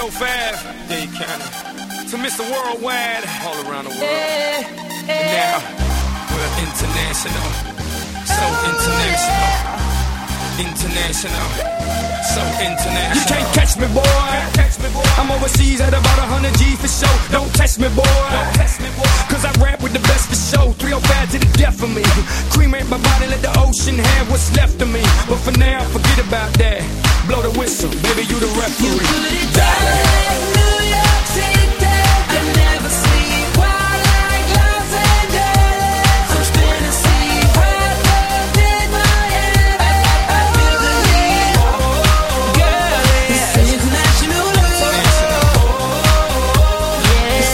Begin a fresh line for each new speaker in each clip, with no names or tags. oh
5, Dade County, to Mr. Worldwide, all around the world. And now, we're international, so
Oh,
international, international, so international.
You can't catch me, boy. I'm overseas at about 100 G for show. Don't test me, boy. Cause I rap with the best for show. 305 to the death of me. Cremate my body, let the ocean have what's left of me. But for now, forget about that. Blow the whistle, baby, you the referee.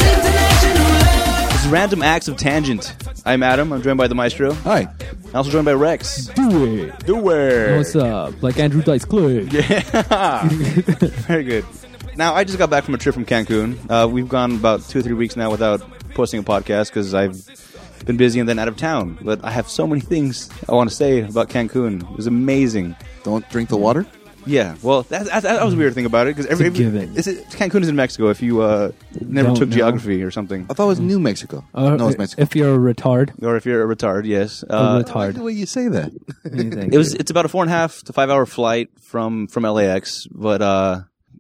This is Random Acts of Tangent. I'm Adam. I'm joined by the Maestro.
Hi.
I'm also joined by Rex.
Do it.
Doer.
What's up? Like Andrew Dice Clay.
Yeah. Very good. Now, I just got back from a trip from Cancun. Uh, we've gone about two or three weeks now without posting a podcast because I've been busy and then out of town. But I have so many things I want to say about Cancun. It was amazing.
Don't drink the water.
Yeah, well, that, that, that was a weird thing about it because every,
It's a given.
is it, Cancun is in Mexico. If you uh, never
Don't
took
know.
geography or something,
I thought it was New Mexico.
Uh,
no, it's Mexico.
If you're a retard,
or if you're a retard, yes,
a
uh,
I like the
retard.
way you say that.
Anything.
It was. It's about a four and a half to five hour flight from from LAX, but uh,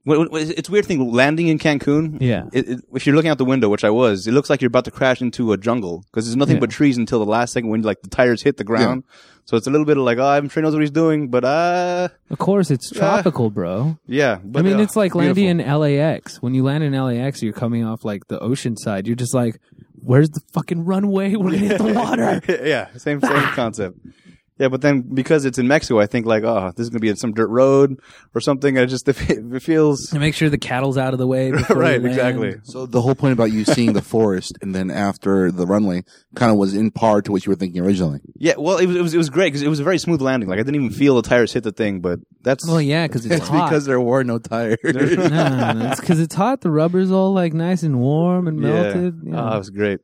wh- wh- it's a weird thing landing in Cancun.
Yeah.
It, it- if you're looking out the window, which I was, it looks like you're about to crash into a jungle because there's nothing
Yeah.
but trees until the last second when like the tires hit the ground. So it's a little bit of like, oh, I'm sure he knows what he's doing, but uh,
of course, it's tropical, bro.
yeah. But,
I mean,
uh,
it's like landing
beautiful.
in LAX. When you land in LAX, you're coming off like the ocean side. You're just like, where's the fucking runway? We're gonna hit the water.
yeah, same same concept. Yeah, but then because it's in Mexico, I think like, oh, this is gonna be in some dirt road or something. I just it feels
And make sure the cattle's out of the way. before you
right,
land.
exactly.
So the whole point about you seeing the forest and then after the runway kind of was in par to what you were thinking originally.
Yeah, well, it was it was, it was great because it was a very smooth landing. Like I didn't even feel the tires hit the thing, but that's
Well, yeah, because it's, hot.
there were no tires.
no, no, no, it's because it's hot. The rubber's all like nice and warm and
Yeah.
melted. Yeah.
Oh, it was great.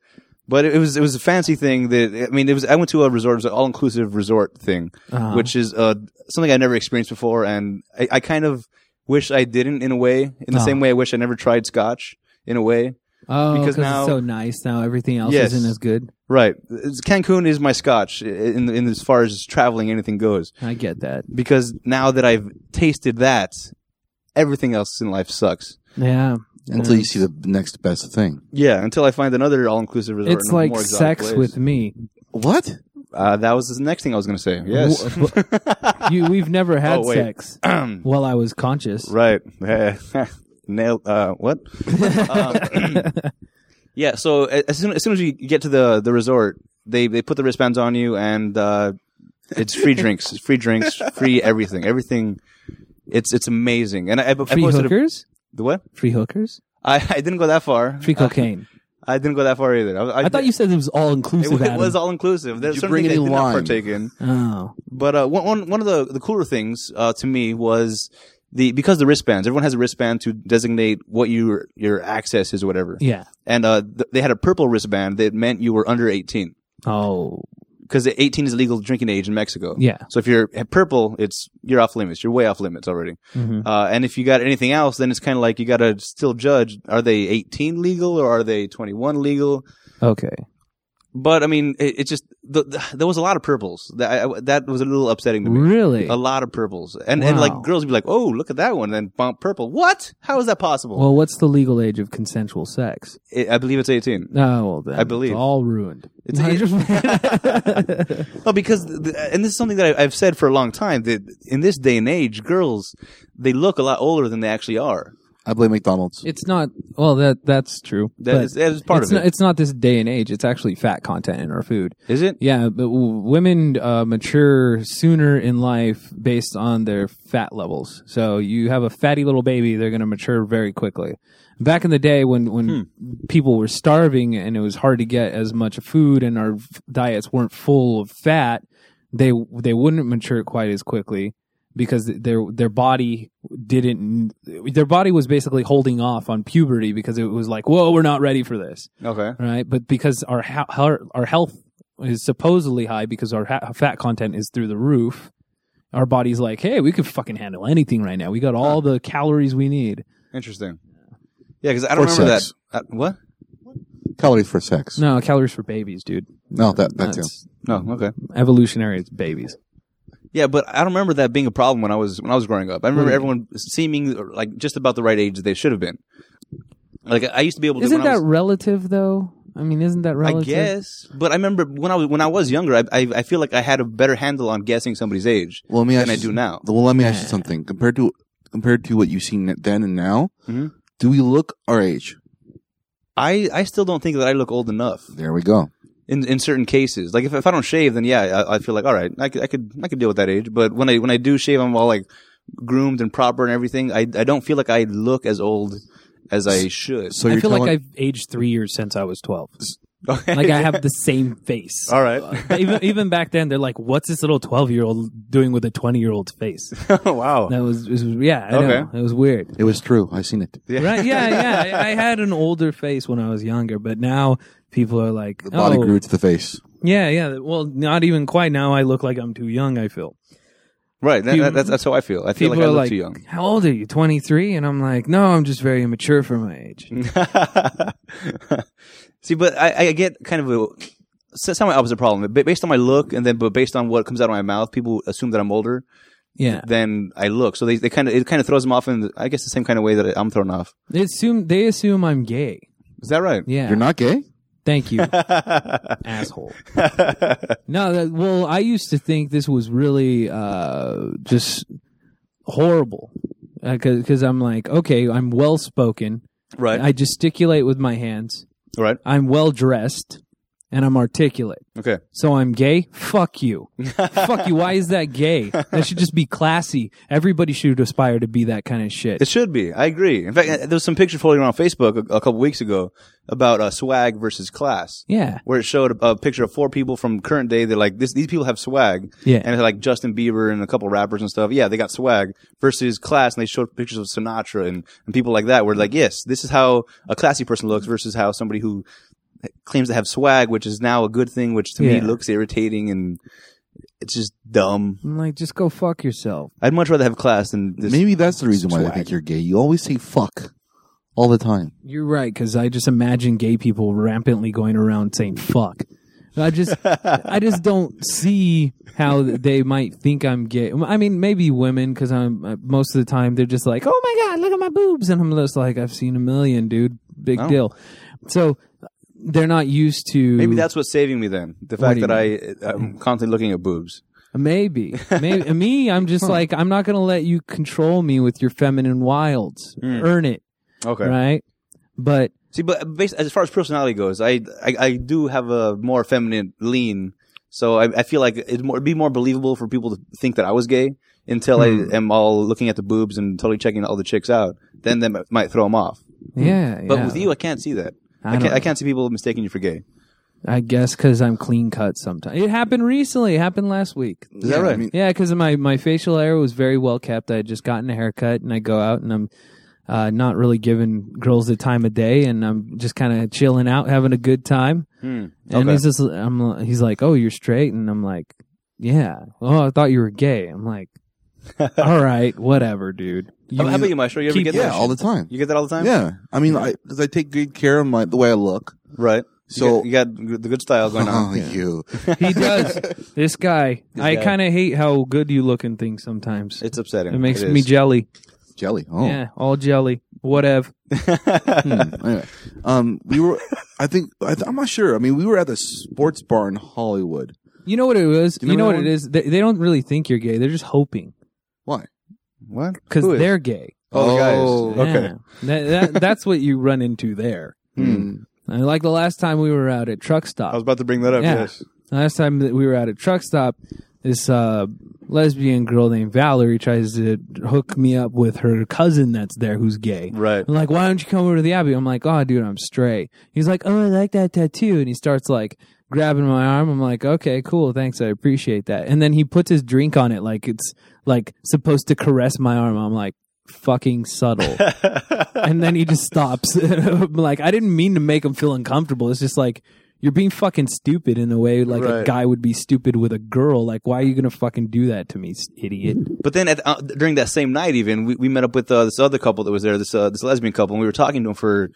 But it, it was it was a fancy thing that I mean it was I went to a resort, it was an all inclusive resort thing,
Uh-huh.
which is uh, something I never experienced before, and I, I kind of wish I didn't in a way. In the
Uh-huh.
same way, I wish I never tried scotch in a way.
oh,
because
because
now-
it's so nice now. Everything else
Yes.
isn't as good.
Right, It's- Cancun is my scotch in, in as far as traveling anything goes,
I get that.
because now that I've tasted that, everything else in life sucks.
Yeah.
Until you see the next best thing.
Yeah, until I find another all-inclusive resort.
It's
in a
like
more exotic
sex
place.
with me.
What?
Uh, that was the next thing I was going to say. Yes.
W- but you, we've never had
Oh, wait.
sex while I was conscious.
right. Nail. Uh, what? Um, yeah. So a- as soon, as soon as you get to the the resort, they they put the wristbands on you, and uh, it's free drinks, free drinks, free everything, everything. It's it's amazing. And I, I, I
Free
posted a-
hookers?
the what?
Free hookers?
I, I didn't go that far.
Free cocaine.
I didn't go that far either. I,
I thought you said it was all inclusive.
It, it
Adam.
was all inclusive. There's
you
certain
bring
things I
any
did not
wine?
partake in.
Oh.
But uh, one, one, one of the, the cooler things uh, to me was the because the wristbands. Everyone has a wristband to designate what your your access is or whatever.
Yeah.
And uh, th- they had a purple wristband that meant you were under eighteen
Oh.
because 18 is legal drinking age in Mexico.
Yeah.
So if you're purple, it's you're off limits. You're way off limits already.
Mm-hmm.
Uh, and if you got anything else, then it's kind of like you got to still judge: are they 18 legal or are they 21 legal?
Okay.
But I mean, it, it just the, the, there was a lot of purples. That I, I- that was a little upsetting to me.
Really?
A lot of purples. And and like
Wow.
girls would be like, "Oh, look at that one." And then bump purple. What? How is that possible?
Well, what's the legal age of consensual sex?
I- I believe it's 18.
Oh, well, then.
I believe.
It's all ruined.
It's-
No, I'm
Well, because th- and this is something that I, I've said for a long time that in this day and age, girls they look a lot older than they actually are.
I blame McDonald's.
It's not. Well, that that's true.
That
but
is- that is part
it's
of
not,
it.
It's not this day and age. It's actually fat content in our food.
Is it?
Yeah, but w- women uh, mature sooner in life based on their fat levels. So you have a fatty little baby, they're going to mature very quickly. Back in the day when when people were starving and it was hard to get as much food and our f- diets weren't full of fat, they they wouldn't mature quite as quickly because their their body didn't their body was basically holding off on puberty because it was like, "Whoa, we're not ready for this."
Okay.
right? But because our ha- our, our health is supposedly high because our ha- fat content is through the roof, our body's like, hey, we could fucking handle anything right now. We got all the calories we need.
Interesting. Yeah, because I don't
Or
remember
sex.
that. Uh, what?
Calories for sex. No,
No, calories for babies, dude.
that that too.
That's
No, okay.
evolutionary. It's babies.
Yeah, but I don't remember that being a problem when I was when I was growing up. I remember
Really?
everyone seeming like just about the right age that they should have been. Like I used to be able to.
Isn't
when I
that
was-
relative though? I mean, isn't that
I
relative?
guess, but I remember when I was when I was younger, I, I I feel like I had a better handle on guessing somebody's age
Well, let me ask
than I
you-
do now.
Well, let me ask you something. Compared to compared to what you've seen then and now,
Mhm.
do we look our age?
I I still don't think that I look old enough
There we go.
in in certain cases. Like if, if I don't shave, then yeah, I, I feel like all right, I could, I could I could deal with that age. But when I when I do shave, I'm all like groomed and proper and everything. I I don't feel like I look as old as I should.
So
I
you're
feel
telling,
like I've aged three years since I was twelve.
Okay.
Like I have the same face.
all right.
even even back then, they're like, "What's this little twelve year old doing with a twenty year old's face?"
wow.
That was, it was yeah, I
Okay.
know. it was weird.
it was true. I seen it.
Right? Yeah, yeah. I, I had an older face when I was younger, but now people are like,
The body
oh,
grew to the face.
yeah, yeah. Well, not even quite. Now I look like I'm too young. I feel
Right. That,
People-
that- that's that's how I feel. I feel
people
like I
are
look
like,
too young.
"How old are you? 23?" And I'm like, "No, I'm just very immature for my age."
See, but I, I get kind of a so- somewhat opposite problem. Ba- Based on my look, and then but based on what comes out of my mouth, people assume that I'm older
Yeah,
than I look. So they, they kind of it kind of throws them off in I guess the same kind of way that I'm thrown off.
they assume they assume I'm gay.
Is that right?
Yeah,
You're not gay?
Thank you, asshole. no, that, well, I used to think this was really uh, just horrible because I'm like, okay, I'm well spoken.
Right.
I gesticulate with my hands.
right.
I'm well dressed, and I'm articulate.
Okay.
So I'm gay. Fuck you. Fuck you. Why is that gay? That should just be classy. Everybody should aspire to be that kind of shit.
It should be. I agree. In fact, uh, there was some picture floating around Facebook a, a couple weeks ago about uh, swag versus class.
Yeah.
Where it showed a, a picture of four people from current day. They're like, this, these people have swag.
Yeah.
And it's like Justin Bieber and a couple rappers and stuff. Yeah, they got swag versus class. And they showed pictures of Sinatra and, and people like that. Where like, yes, this is how a classy person looks versus how somebody who claims to have swag, which is now a good thing, which to me
Yeah.
looks irritating and it's just dumb.
I'm like, just go fuck yourself.
I'd much rather have class than this.
Maybe that's the reason why they
swag.
think you're gay. You always say fuck all the time.
You're right, because I just imagine gay people rampantly going around saying "fuck." I just, I just don't see how they might think I'm gay. I mean, maybe women, because I'm uh, most of the time they're just like, "Oh my god, look at my boobs," and I'm just like, "I've seen a million, dude. Big
Oh.
deal." So they're not used to
Maybe that's what's saving me then. The
What
fact
do
that I I'm constantly looking at boobs.
Maybe, maybe And me. I'm just like, I'm not gonna let you control me with your feminine wilds.
Hmm.
Earn it,
Okay.
right? But
See, but based, as far as personality goes, I, I I do have a more feminine lean, so I, I feel like it'd, more, it'd be more believable for people to think that I was gay until I am all looking at the boobs and totally checking all the chicks out. Then that mi- might throw them off.
yeah,
Hmm. But
yeah.
with you, I can't see that.
I
I, can't.
don't-
I can't see people mistaking you for gay.
I guess because I'm clean cut sometimes. It happened recently. It happened last week.
Is that right?
I mean,
Yeah, because my, my facial hair was very well kept. I had just gotten a haircut and I go out and I'm uh, not really giving girls the time of day and I'm just kind of chilling out, having a good time. And
Hmm. okay.
he's just, I'm, he's like, oh, you're straight? And I'm like, yeah. Oh, I thought you were gay. I'm like, all right, whatever, dude.
how, how about you, Maestro? You ever
keep-
get
yeah,
that?
all the time.
you get that all the time.
Yeah, I mean, I because I take good care of my the way I look.
Right.
So-
So you got, you got the good style going
Oh,
on.
you.
he does. This guy, I
guy.
kind of hate how good you look in things sometimes.
It's upsetting.
it makes me
is.
jelly.
jelly. Oh,
Yeah, all jelly. Whatever.
anyway, um, we were. I think I th- I'm not sure. I mean, we were at the sports bar in Hollywood.
You know what it was?
Do
You,
you
know what
remember
it
that
is? They, they don't really think you're gay. They're just hoping
Why?
what?
because
Who is?
they're gay.
Oh, the guys. Okay.
Yeah. That- that- that's what you run into there.
Hmm.
I mean, like the last time we were out at truck stop.
I was about to bring that up.
Yeah.
Yes.
The last time that we were out at a truck stop, this uh, lesbian girl named Valerie tries to hook me up with her cousin that's there who's gay.
Right.
I'm like, why don't you come over to the Abbey? I'm like, oh, dude, I'm straight. He's like, oh, I like that tattoo. And he starts like grabbing my arm. I'm like, okay, cool. Thanks. I appreciate that. And then he puts his drink on it like it's like supposed to caress my arm. I'm like, fucking subtle. and then he just stops. I'm like, I didn't mean to make him feel uncomfortable. It's just like, you're being fucking stupid in a way like a
Right.
guy would be stupid with a girl. Like, why are you gonna fucking do that to me, s- idiot?
But then at, uh, during that same night, even we, we met up with uh, this other couple that was there, this uh, this lesbian couple, and we were talking to them for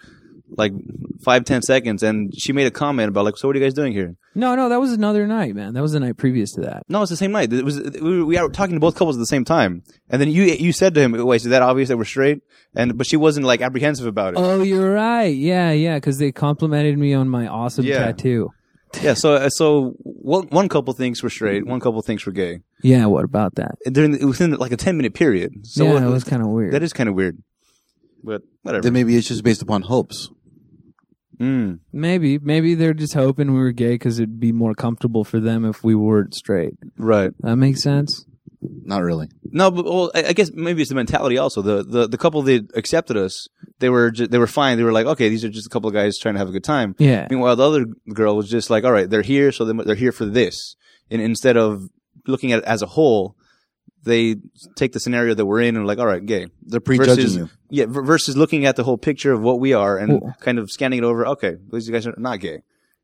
like five ten seconds, and she made a comment about like, "So what are you guys doing here?"
No, no, that was another night, man. That was the night previous to that.
No, it's the same night. It was we were, we were talking to both couples at the same time, and then you you said to him, "Wait, is that obvious that we're straight?" And but she wasn't like apprehensive about it.
Oh, you're right. Yeah, yeah, because they complimented me on my awesome
Yeah.
tattoo.
yeah. So uh, so one one couple thinks we're straight, one couple thinks we're gay
Yeah, what about that?
And during the, within like a ten minute period. So
yeah, it was kind of weird.
that is kind of weird. But whatever.
Then maybe it's just based upon hopes.
Mm.
maybe, maybe they're just hoping we were gay because it'd be more comfortable for them if we weren't straight.
Right.
That makes sense.
Not really.
No, but well, I I guess maybe it's the mentality also. The the, the couple that accepted us, they were ju- they were fine. They were like, okay, these are just a couple of guys trying to have a good time.
Yeah.
Meanwhile, the other girl was just like, all right, they're here, so they mu- they're here for this. And instead of looking at it as a whole, they take the scenario that we're in and like, all right, gay.
They're prejudging
versus,
you.
Yeah, ver- versus looking at the whole picture of what we are and
Well-
kind of scanning it over. Okay, these guys are not gay.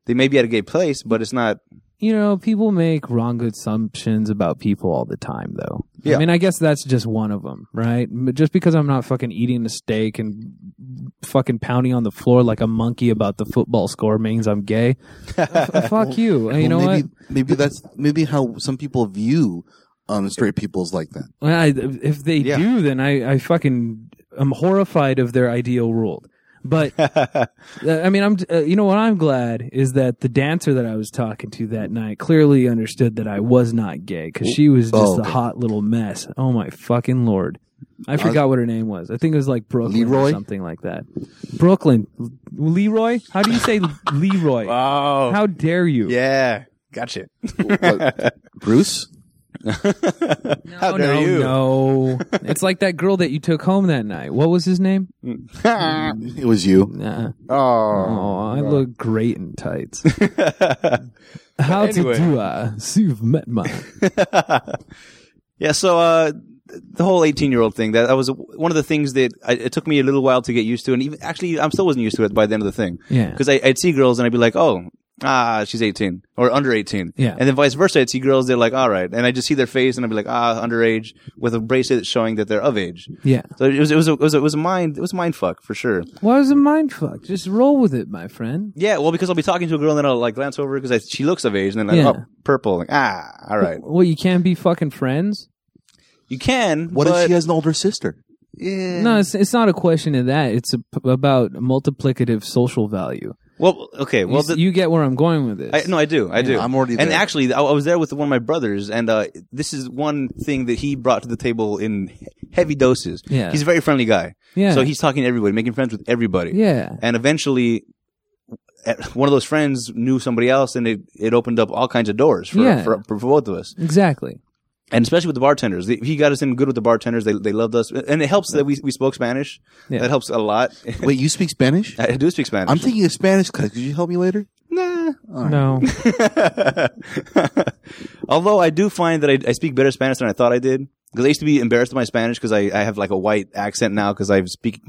They may be at a gay place, but it's not.
You know, people make wrong assumptions about people all the time, though. I
Yeah.
mean, I guess that's just one of them, right? But just because I'm not fucking eating a steak and fucking pounding on the floor like a monkey about the football score means I'm gay. uh, F- Fuck you. You know
Well,
what?
maybe, Maybe that's maybe how some people view um, straight people's like that.
Well, I, if they
Yeah.
do, then I, I fucking am horrified of their ideal world. But uh, I mean, I'm uh, you know what I'm glad is that the dancer that I was talking to that night clearly understood that I was not gay because she was just
Oh,
a
okay.
hot little mess. Oh my fucking lord! I forgot what her name was. I think it was like Brooklyn or
Leroy?
something like that. Brooklyn, L- Leroy. How do you say Leroy?
Oh,
How dare you?
yeah, gotcha.
What, Bruce?
How dare
no,
you?
No, it's like that girl that you took home that night. What was his name?
It was you.
Nah.
Mm, Oh.
Oh, I look great in tights. How
Anyway.
to do I? So you've met my.
Yeah, so uh, the whole 18 year old thing, that, that was one of the things that I, it took me a little while to get used to. And even actually, I am still wasn't used to it by the end of the thing.
Yeah.
Because I'd see girls and I'd be like, oh, ah, she's 18 or under 18.
Yeah.
And then vice versa, I'd see girls, they're like, all right. And I just see their face and I'd be like, ah, underage with a bracelet showing that they're of age.
Yeah.
So it was, it was, a, it was, a, it was a mind, it was a mind fuck for sure.
Why was it mind fuck? Just roll with it, my friend.
Yeah. Well, because I'll be talking to a girl and then I'll like glance over because she looks of age and then
Yeah.
like, oh, purple. Like, ah, all right.
Well, you can't be fucking friends.
You can.
What
but
if she has an older sister?
No, it's, it's not a question of that. It's a, about multiplicative social value.
Well, okay.
Well,
Well,
you,
the-
you get where I'm going with this.
I, no, I do. I do.
I'm already
And
there.
actually, I, I was there with one of my brothers, and uh, this is one thing that he brought to the table in he- heavy doses.
Yeah.
He's a very friendly guy.
Yeah.
So he's talking to everybody, making friends with everybody.
yeah.
And eventually, at- one of those friends knew somebody else, and it, it opened up all kinds of doors for,
Yeah.
for, for both of us.
Exactly.
And especially with the bartenders. They- He got us in good with the bartenders. They, they loved us. And it helps that we, we spoke Spanish.
Yeah.
That helps a lot.
Wait, you speak Spanish?
I do speak Spanish.
I'm thinking of Spanish class. Could you help me later?
nah.
No.
Although I do find that I, I speak better Spanish than I thought I did. Because I used to be embarrassed of my Spanish because I, I have like a white accent now because I've speak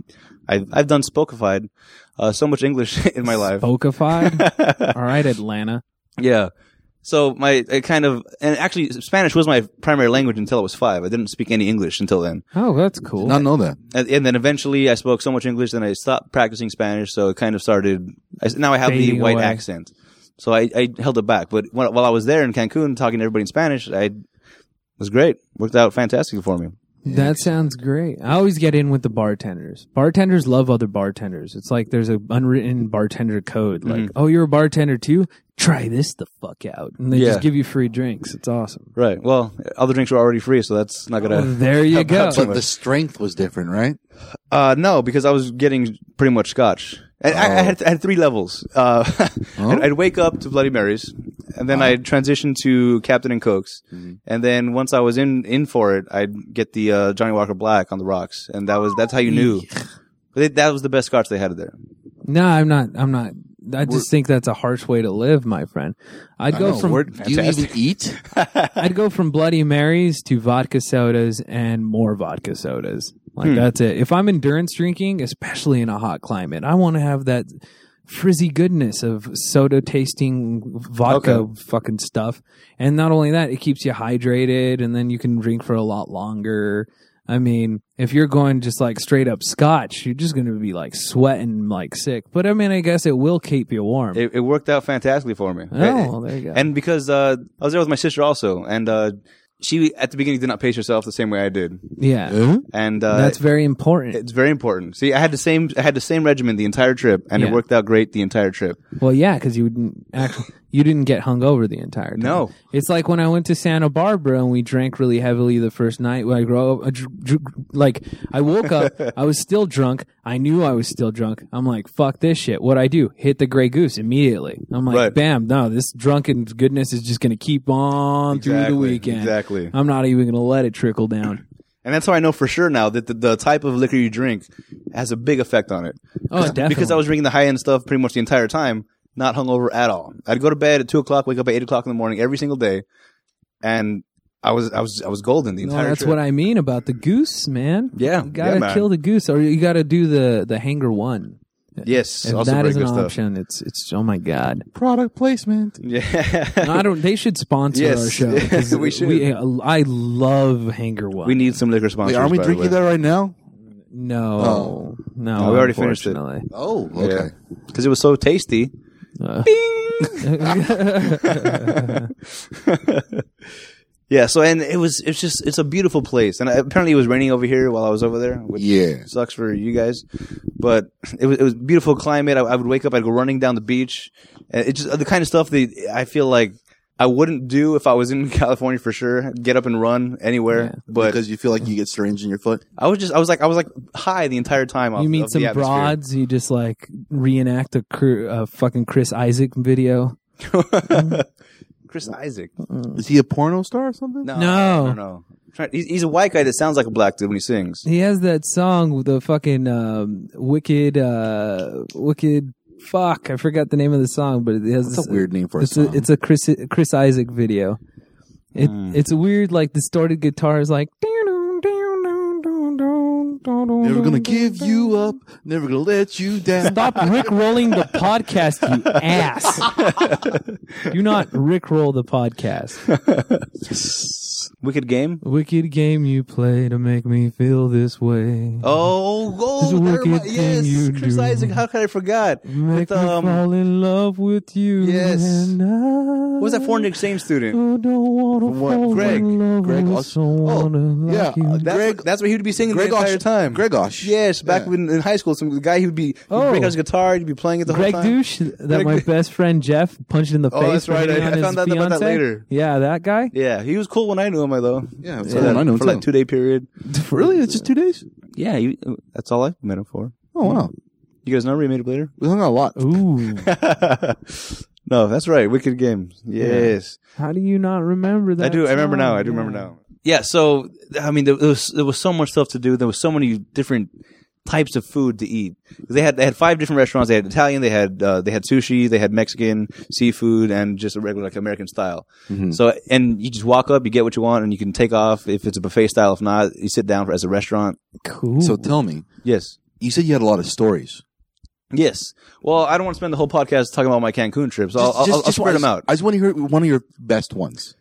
I've I've done spokified uh, so much English in my life.
Spokified. All right, Atlanta.
yeah. So my it kind of and actually Spanish was my primary language until I was five. I didn't speak any English until then,
Oh, that's cool.
Not know that.
and, and then eventually I spoke so much English that I stopped practicing Spanish. So it kind of started. I, s- now I have
Fading
the white
away.
accent, so I, I held it back. But while, while I was there in Cancun talking to everybody in Spanish, I it was great. Worked out fantastic for me.
That sounds great. I always get in with the bartenders. Bartenders love other bartenders. It's like there's a unwritten bartender code. Like, oh, you're a bartender too? Try this the fuck out. And they
Yeah.
just give you free drinks. It's awesome.
Right. Well, other drinks were already free, so that's not
Well,
gonna.
there you go.
about
But the strength was different, right?
Oh.
Uh, no, because I was getting pretty much scotch. I, I, I, had, I had three levels. Uh,
Oh.
I'd, I'd wake up to Bloody Marys, and then I'd transition to Captain and Cokes,
Mm-hmm.
and then once I was in in for it, I'd get the uh, Johnny Walker Black on the rocks, and that was that's how you knew. They, that was the best scotch they had there.
No, I'm not. I'm not. I just think that's a harsh way to live, my friend. I'd go
No,
from
where- do you even eat?
I'd go from Bloody Marys to vodka sodas and more vodka sodas. Like that's it. If I'm endurance drinking, especially in a hot climate, I want to have that frizzy goodness of soda tasting vodka fucking stuff. And not only that, it keeps you hydrated and then you can drink for a lot longer. I mean, if you're going just like straight up scotch, you're just going to be like sweating like sick. But I mean, I guess it will keep you warm.
It, it worked out fantastically for me.
oh,
It-
well, there you go.
and because uh, I was there with my sister also, and uh, she at the beginning did not pace herself the same way I did,
yeah.
and uh,
That's very important.
it's very important. See, I had the same I had the same regimen the entire trip, and
Yeah.
it worked out great the entire trip.
Well, yeah, because you didn't actually you didn't get hungover the entire time.
No.
it's like when I went to Santa Barbara and we drank really heavily the first night. When I grew up, I dr- dr- like I woke up, I was still drunk. I knew I was still drunk. I'm like, fuck this shit. What I do? Hit the Grey Goose immediately. I'm like,
Right.
bam, no, this drunken goodness is just gonna keep on through
Exactly,
the weekend.
exactly.
I'm not even gonna let it trickle down.
And that's how I know for sure now that the, the type of liquor you drink has a big effect on it.
Oh, definitely.
Because I was drinking the high end stuff pretty much the entire time, not hungover at all. I'd go to bed at two o'clock, wake up at eight o'clock in the morning every single day, and I was I was I was golden the
No,
entire.
that's
trip.
what I mean about the goose, man.
Yeah,
you
yeah,
gotta
man.
kill the goose, or you gotta do the the hanger one.
Yes,
If
also
that
very
is an
good stuff.
option, it's it's oh my god.
Product placement.
Yeah,
I don't. They should sponsor
Yes.
our show. 'cause
We should.
I love Hanger One.
we need some liquor sponsors.
Wait, aren't we
by the
drinking
way.
that right now?
no, no.
Oh. No, we already finished it.
unfortunately.
Oh,
Yeah, because it was so tasty. Yeah, so and it was it's just it's a beautiful place, and I, apparently it was raining over here while I was over there, which
Yeah.
sucks for you guys, but it was it was beautiful climate. I, I would wake up, I'd go running down the beach, and it's just the kind of stuff that I feel like I wouldn't do if I was in California for sure. Get up and run anywhere, but
because you feel like you get strange in your foot.
I was just I was like I was like high the entire time. Off,
You meet
of the
some
atmosphere.
broads. You just like reenact a, cr- a fucking Chris Isaac video.
Chris Isaac.
Is he a porno star or something?
Mm. No,
No.
no, no. Try- He's, he's a white guy that sounds like a black dude when he sings.
He has that song with the fucking um, wicked, uh, wicked. Fuck, I forgot the name of the song, but it has
That's
this
a weird name for a
it's
song. Hmm.
A, it's a Chris Chris Isaac video. It it's a weird like distorted guitar is like.
never gonna give you up. Never gonna let you down.
Stop Rick rolling the podcast, you ass. Do not Rick roll the podcast.
Wicked Game.
Wicked game you play to make me feel this way.
Oh,
It's a
oh,
wicked
never mind.
thing
yes,
you
Chris
do.
Isaac. How could I forgot?
You Make
With, um,
me fall in love with you.
yes.
And I,
what was that foreign exchange student?
who don't wanna
What,
fall
Greg?
in love
Greg
with
Aus-
someone
Oh,
like
yeah,
you.
uh,
That's,
Greg-
what, that's what he would be singing
Greg
the entire
Osh-
time.
Greg Osh.
Yes, back
Yeah.
when in high school, some the guy who'd be he'd
Oh.
break out his guitar, he'd be playing it the
Greg
whole time.
douche that
Greg
my
Dou-
best friend Jeff punched in the
Oh,
face.
that's
for
right.
hitting
I-
on
I
his
found out about that
fiance?
later.
Yeah, that guy.
Yeah, he was cool when I knew him, I though.
Yeah, it's
For
cool
that-
when I knew him,
for like
too.
two day period.
really? It's
Mm.
just two days.
Yeah, you, that's all I met him for.
Oh wow,
You guys know Remade later?
we hung out a lot.
Ooh,
no, that's right. Wicked Games. Yes.
how do you not remember that?
I do. I remember now.
song?
I do remember
Yeah.
now. Yeah. So I mean, there was there was so much stuff to do. There was so many different types of food to eat. They had they had five different restaurants. They had Italian. They had uh, they had sushi. They had Mexican seafood and just a regular like American style. So and you just walk up, you get what you want, and you can take off if it's a buffet style. If not, you sit down for, as a restaurant.
Cool.
So tell me,
Yes.
you said you had a lot of stories.
Yes. Well, I don't want to spend the whole podcast talking about my Cancun trips. I'll, I'll, I'll spread
one-
them out.
I just want to hear one of your best ones.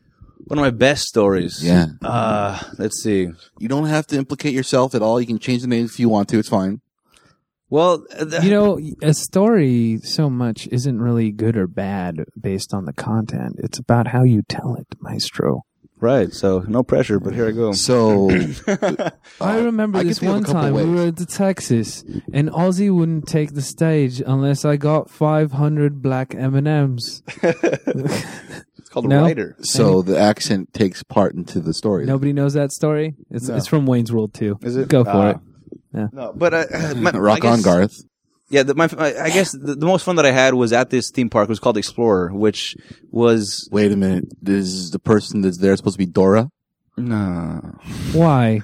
One of my best stories.
Yeah.
Uh, let's see.
You don't have to implicate yourself at all. You can change the name if you want to. It's fine.
Well, th-
you know, a story so much isn't really good or bad based on the content. It's about how you tell it, Maestro.
right. So no pressure, but here I go.
So
I remember
I could
this
think of a
one
couple
time we
ways.
were to Texas, and Ozzy wouldn't take the stage unless I got 500 black M and M's.
It's called
No?
a writer.
so the accent takes part into the story.
Nobody knows that story. It's it's from Wayne's World too.
Is it?
Go for
Ah.
it.
No, but uh, my, I
Rock on,
guess-
Garth.
Yeah, the, my, I I guess the, the most fun that I had was at this theme park. It was called Explorer, which was
Wait a minute. This is the person that's there supposed to be Dora.
no.
Why?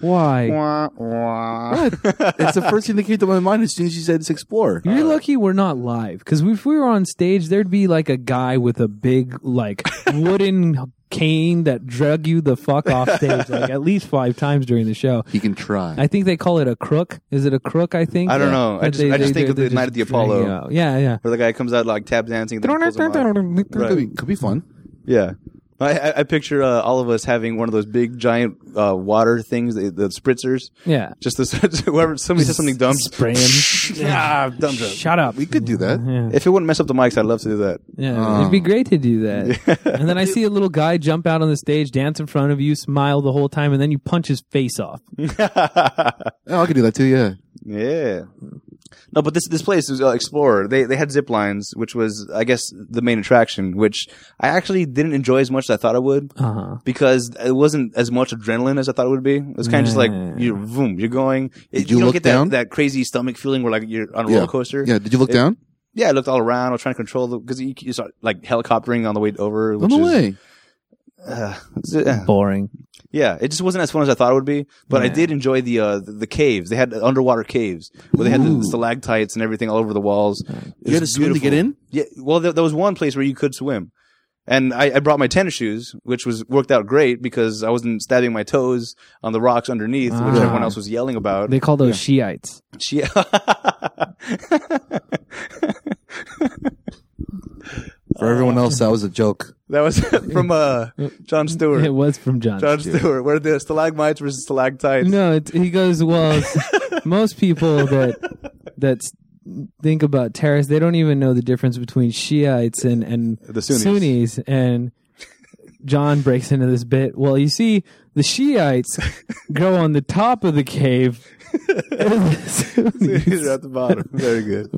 Why?
it's the first thing that came to my mind as soon as you said it's Explorer.
You're lucky we're not live because if we were on stage, there'd be like a guy with a big like wooden cane that drug you the fuck off stage like at least five times during the show.
He can try.
I think they call it a crook. Is it a crook? I think.
I don't know. I
That
just- I just think of the
they're
Night at the
just dragging
Apollo.
you out. Yeah, yeah.
Where the guy comes out like tap dancing. then pulls him out.
could, be, could be fun.
Yeah. I, I- I picture uh, all of us having one of those big giant uh, water things, the, the spritzers.
Yeah.
Just this, whoever somebody says something dumb,
Spray him.
ah, dumb joke.
Shut up.
We could do that.
Yeah,
If it wouldn't mess up the mics, I'd love to do that.
yeah.
Oh.
it'd be great to do that. and then I see a little guy jump out on the stage, dance in front of you, smile the whole time, and then you punch his face off.
Oh, I could do that too. Yeah.
Yeah. No, but this this place was uh, Explorer. They they had zip lines, which was I guess the main attraction, which I actually didn't enjoy as much as I thought I would
Uh-huh.
because it wasn't as much adrenaline as I thought it would be. It was kind of just like
Mm.
you boom, you're going. It-
Did you
don't
look
get
down?
That, that crazy stomach feeling where like you're on a
Yeah.
roller coaster.
Yeah. Did you look
It-
down?
Yeah, I looked all around. I was trying to control the because you, you start like helicoptering on the way over. Which
no
is,
way.
yeah.
Boring.
Yeah, it just wasn't as fun as I thought it would be. But I
Yeah.
did enjoy the uh, the, the caves. They had underwater caves where they had the stalactites and everything all over the walls.
You had to swim to get in?
Yeah. Well, there, there was one place where you could swim, and I, I brought my tennis shoes, which was worked out great because I wasn't stabbing my toes on the rocks underneath, which
Ah.
everyone else was yelling about.
They call those Shiites.
She-
For everyone else, that was a joke.
that was from uh, John Stewart.
It was from John.
John Stewart, where the stalagmites versus stalactites.
No, it, he goes well. most people that that s- think about terrorists, they don't even know the difference between Shiites and and
The Sunnis.
and John breaks into this bit. Well, you see, the Shiites go on the top of the cave. and the Sunnis-
You're at the bottom. Very good.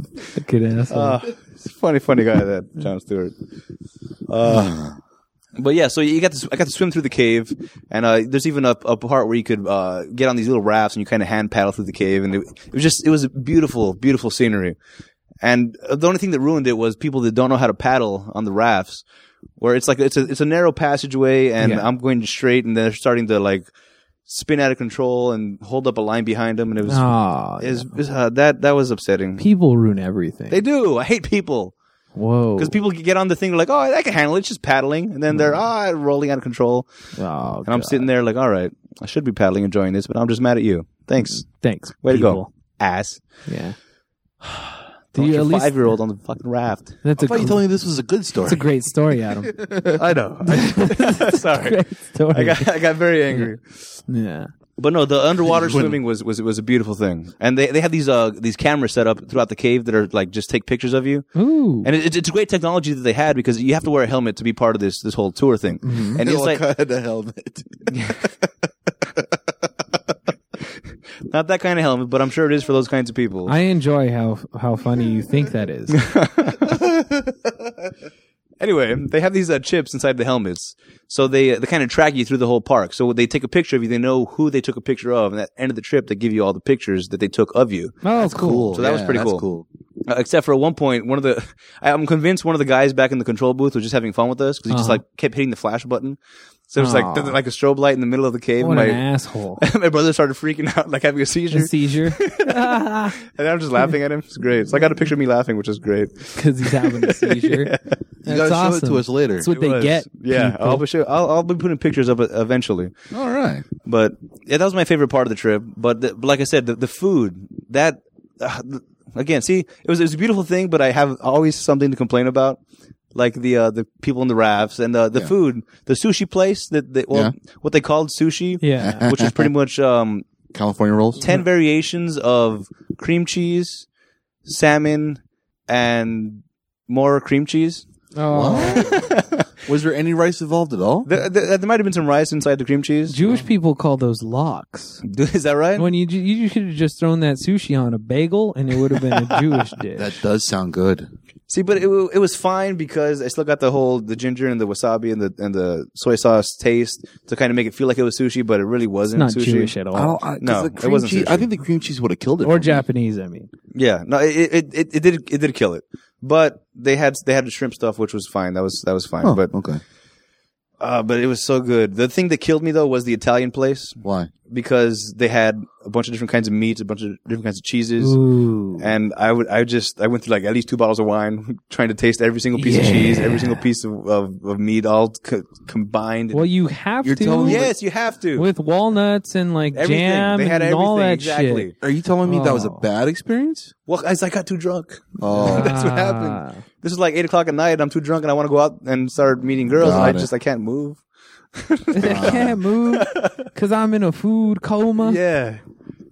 Good asshole.
Uh, funny, funny guy that John Stewart. Uh, but yeah, so you got to s- I got to swim through the cave, and uh, there's even a, a part where you could uh, get on these little rafts and you kind of hand paddle through the cave, and it, it was just it was beautiful, beautiful scenery. And uh, the only thing that ruined it was people that don't know how to paddle on the rafts, where it's like it's a it's a narrow passageway, and
Yeah.
I'm going straight, and they're starting to like spin out of control and hold up a line behind them, and it was,
Aw,
it was, it was, uh, that that was upsetting.
people ruin everything.
They do. I hate people.
Whoa.
Because people get on the thing like, oh, I can handle it. It's just paddling, and then they're ah rolling out of control,
Oh,
and I'm
God.
sitting there like, all right, I should be paddling, enjoying this, but I'm just mad at you. Thanks,
Thanks.
way to
people.
go, ass.
Yeah. Do
Don't
you
you
at least?
five year old on the fucking raft?
that's
I
a
thought you
gr-
told me this was a good story.
that's a great story, Adam.
I know. Sorry,
great story.
I got I got very angry.
yeah.
But no, the underwater swimming was, was was a beautiful thing, and they they have these uh these cameras set up throughout the cave that are like just take pictures of you.
Ooh.
And it, it's- it's great technology that they had because you have to wear a helmet to be part of this this whole tour thing. And it's like
kind of helmet.
not that kind of helmet, but I'm sure it is for those kinds of people.
I enjoy how how funny you think that is. Oh,
Anyway, they have these uh, chips inside the helmets, so they they kind of track you through the whole park. So they take a picture of you, they know who they took a picture of, and at the end of the trip, they give you all the pictures that they took of you.
Oh, that's cool.
So that was pretty cool. Uh, except for at one point, one of the I- I'm convinced one of the guys back in the control booth was just having fun with us because he just
Uh-huh.
like kept hitting the flash button. So it was like
Aw.
like a strobe light in the middle of the cave.
What an
my
asshole.
my brother started freaking out, like having a seizure,
A seizure
and I'm just laughing at him. It's great. So I got a picture of me laughing, which is great.
because he's having a seizure.
You
That's
gotta show
awesome.
it to us later.
That's what they
Was-
get.
Yeah,
people.
I'll be sure. I'll, I'll be putting pictures of it eventually.
All right.
But yeah, that was my favorite part of the trip. But, the, but like I said, the, the food that uh, th- again, see, it was it was a beautiful thing, but I have always something to complain about, like the uh, the people in the rafts and the the food, the sushi place that they, well, what they called sushi,
Yeah.
which was pretty much um,
California rolls.
ten variations of cream cheese, salmon, and more cream cheese.
Oh.
Was there any rice involved at all?
There, there, there might have been some rice inside the cream cheese.
Jewish people call those locks.
Is that right?
When you ju- you should have just thrown that sushi on a bagel and it would have been a Jewish dish.
That does sound good.
See, but it, wa- it was fine because I still got the whole the ginger and the wasabi and the and the soy sauce taste to kind of make it feel like it was sushi, but it really
it's
wasn't
not
sushi.
Jewish at all.
I don't, I, Oh,
Oh,
uh, 'cause
No,
the
it
cream
wasn't
cheese-
sushi.
I think the cream cheese would have
Oh.
killed it.
or
for me.
Japanese, I mean.
Yeah, no, it it, it it did it did kill it, but they had they had the shrimp stuff, which was fine. That was that was fine,
Oh,
but
okay.
uh, but it was so good. The thing that killed me though was the Italian place
Why?
because they had a bunch of different kinds of meats, a bunch of different kinds of cheeses.
Ooh.
And I would, I just, I went through like at least two bottles of wine, trying to taste every single piece of cheese, every single piece of, of, of meat, all co- combined.
Well, you have
You're
to.
telling me-
yes, you have to.
With walnuts and like
everything.
jam
they had
and
everything
all that
exactly.
shit.
Are you telling me that was a
Oh.
bad experience?
Well, guys, I got too drunk.
Oh,
That's what
Ah.
happened. This is like eight o'clock at night. and I'm too drunk, and I want to go out and start meeting girls. and
Got
I
it.
just, I can't move.
I can't move because I'm in a food coma.
Yeah.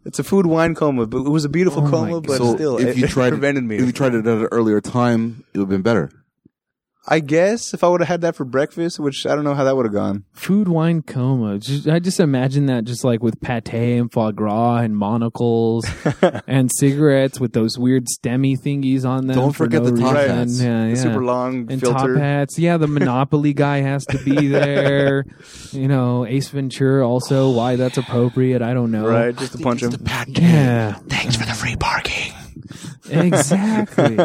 It's a food wine coma, but it was a beautiful
Oh my
coma, but
so
still,
if
it,
you
it
tried
prevented me.
if you tried it at an earlier time, it would have been better.
I guess if I would have had that for breakfast, which I don't know how that would have gone.
Food wine coma. Just, I just imagine that just like with pate and foie gras and monocles and cigarettes with those weird stemmy thingies on them.
Don't
for
forget
no
the top
reason.
hats.
Yeah,
The
yeah.
super long
and top
filter.
hats. Yeah, the Monopoly guy has to be there. you know, Ace Ventura also. Why that's appropriate, I don't know.
Right, just to punch him.
Yeah,
Thanks for the free parking.
exactly.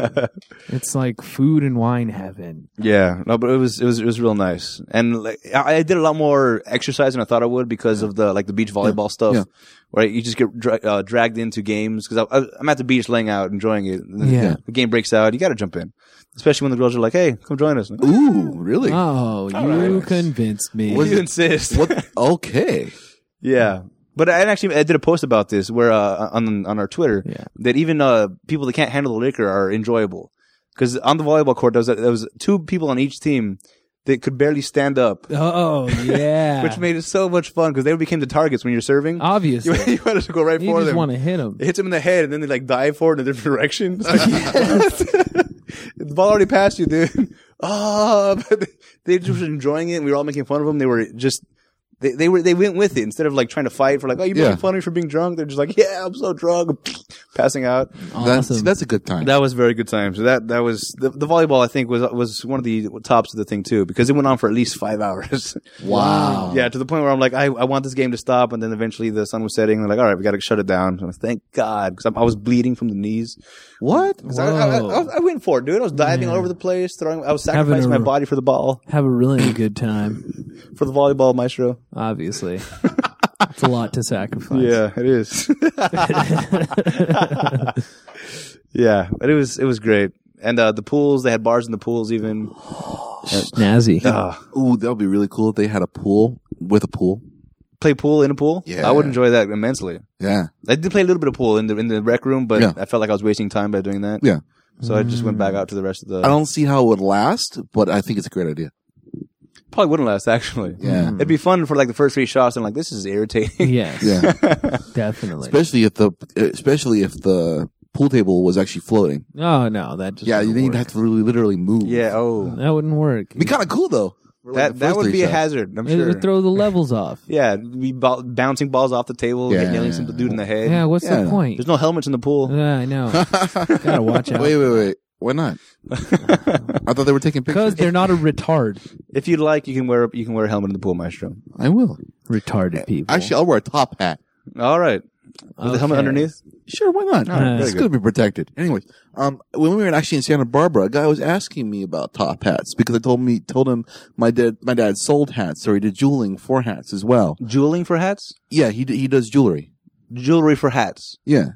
it's like food and wine heaven.
Yeah, no, but it was it was it was real nice, and like, I, I did a lot more exercise than I thought I would because of the like the beach volleyball stuff,
yeah.
where you just get dra- uh, dragged into games because I, I, I'm at the beach laying out enjoying it. And then
Yeah.
the game breaks out, you got to jump in, especially when the girls are like, "Hey, come join us." I'm like,
Ooh, really?
Oh, you convinced me.
you insist?
What? Okay.
Yeah. But I and actually I did a post about this where uh, on on our Twitter
Yeah.
that even uh, people that can't handle the liquor are enjoyable because on the volleyball court there was, there was two people on each team that could barely stand up,
Oh yeah,
which made it so much fun because they became the targets when you're serving. you,
obviously
you had to go right
Oh. you
for
just
them.
want to hit him.
It hits them in the head and then they like dive for it in a different direction. It's like- the ball already passed you, dude. Oh, but they, they just were enjoying it. And we were all making fun of them. They were just. They, they were they went with it instead of like trying to fight for like oh you
Yeah.
making fun of me for being drunk they're just like yeah I'm so drunk passing out
That's
Awesome.
that's a good time.
that was a very good time so that that was the, the volleyball I think was was one of the tops of the thing too because it went on for at least five hours
wow.
yeah to the point where I'm like I, I want this game to stop and then eventually the sun was setting and they're like all right we got to shut it down so thank God because I was bleeding from the knees
What?
'Cause I, I, I,
Whoa.
I was- I went for it, dude. I was diving all over the place, throwing. I was sacrificing
a-
my body for the ball,
Have a really good time.
for the volleyball maestro.
Obviously, it's a lot to sacrifice.
it is. yeah, but it was it was great. And uh, the pools, they had bars in the pools, even.
snazzy.
Uh,
Ooh, that would be really cool if they had a pool with a pool.
play pool in a pool.
Yeah.
I would enjoy that immensely.
Yeah.
I did play a little bit of pool in the in the rec room, but
Yeah.
I felt like I was wasting time by doing that.
Yeah.
So I just went back out to the rest of the.
I don't see how it would last, but I think it's a great idea.
probably wouldn't last actually.
Yeah.
It'd be fun for like the first three shots, and like this is irritating.
yes,
Yeah.
definitely.
especially if the especially if the pool table was actually floating.
oh no, that just
Yeah, you
wouldn't
didn't
work.
have to really, literally move.
yeah. Oh.
that wouldn't work.
be kind of cool though.
That that would be a hazard. I'm
It
sure.
would throw the levels off.
Yeah, we ball bouncing balls off the table,
Yeah.
hit- nailing some dude in the head.
Yeah, Uh, what's
Yeah.
the point?
There's no helmets in the pool.
Yeah, I know. Gotta watch out.
Wait, wait, wait. Why not? I thought they were taking
Because
pictures.
they're not a retard.
If you'd like, you can wear you can wear a helmet in the pool, maestro.
I will.
Retarded people.
Actually, I'll wear a top hat.
All right, with the helmet
Okay.
underneath.
Sure, why not?
right,
it's
very
going to be protected. Anyway, um, when we were in- actually in Santa Barbara, a guy was asking me about top hats because I told me told him my dad my dad sold hats, so he did jeweling for hats as well.
Jeweling for hats,
Yeah, he d- he does jewelry.
jewelry for hats.
Yeah,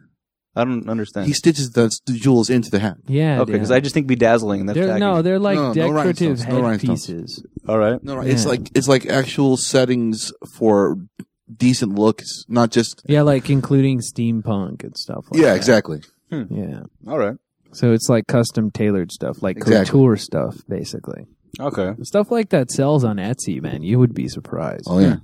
I don't understand.
he stitches the, the jewels into the hat.
yeah.
okay, because
dude.
I just think bedazzling. That's
They're,
tacky.
no, they're like
No, no
decorative
rhinestones, no rhinestones.
headpieces.
All right.
No, right. It's
Yeah.
like it's like actual settings for decent looks, not just.
yeah, like including steampunk and stuff. Like
Yeah,
that.
exactly.
Yeah.
All right.
So it's like custom tailored stuff, like
Exactly.
couture stuff, basically.
Okay.
Stuff like that sells on Etsy, man. You would be surprised.
Oh yeah.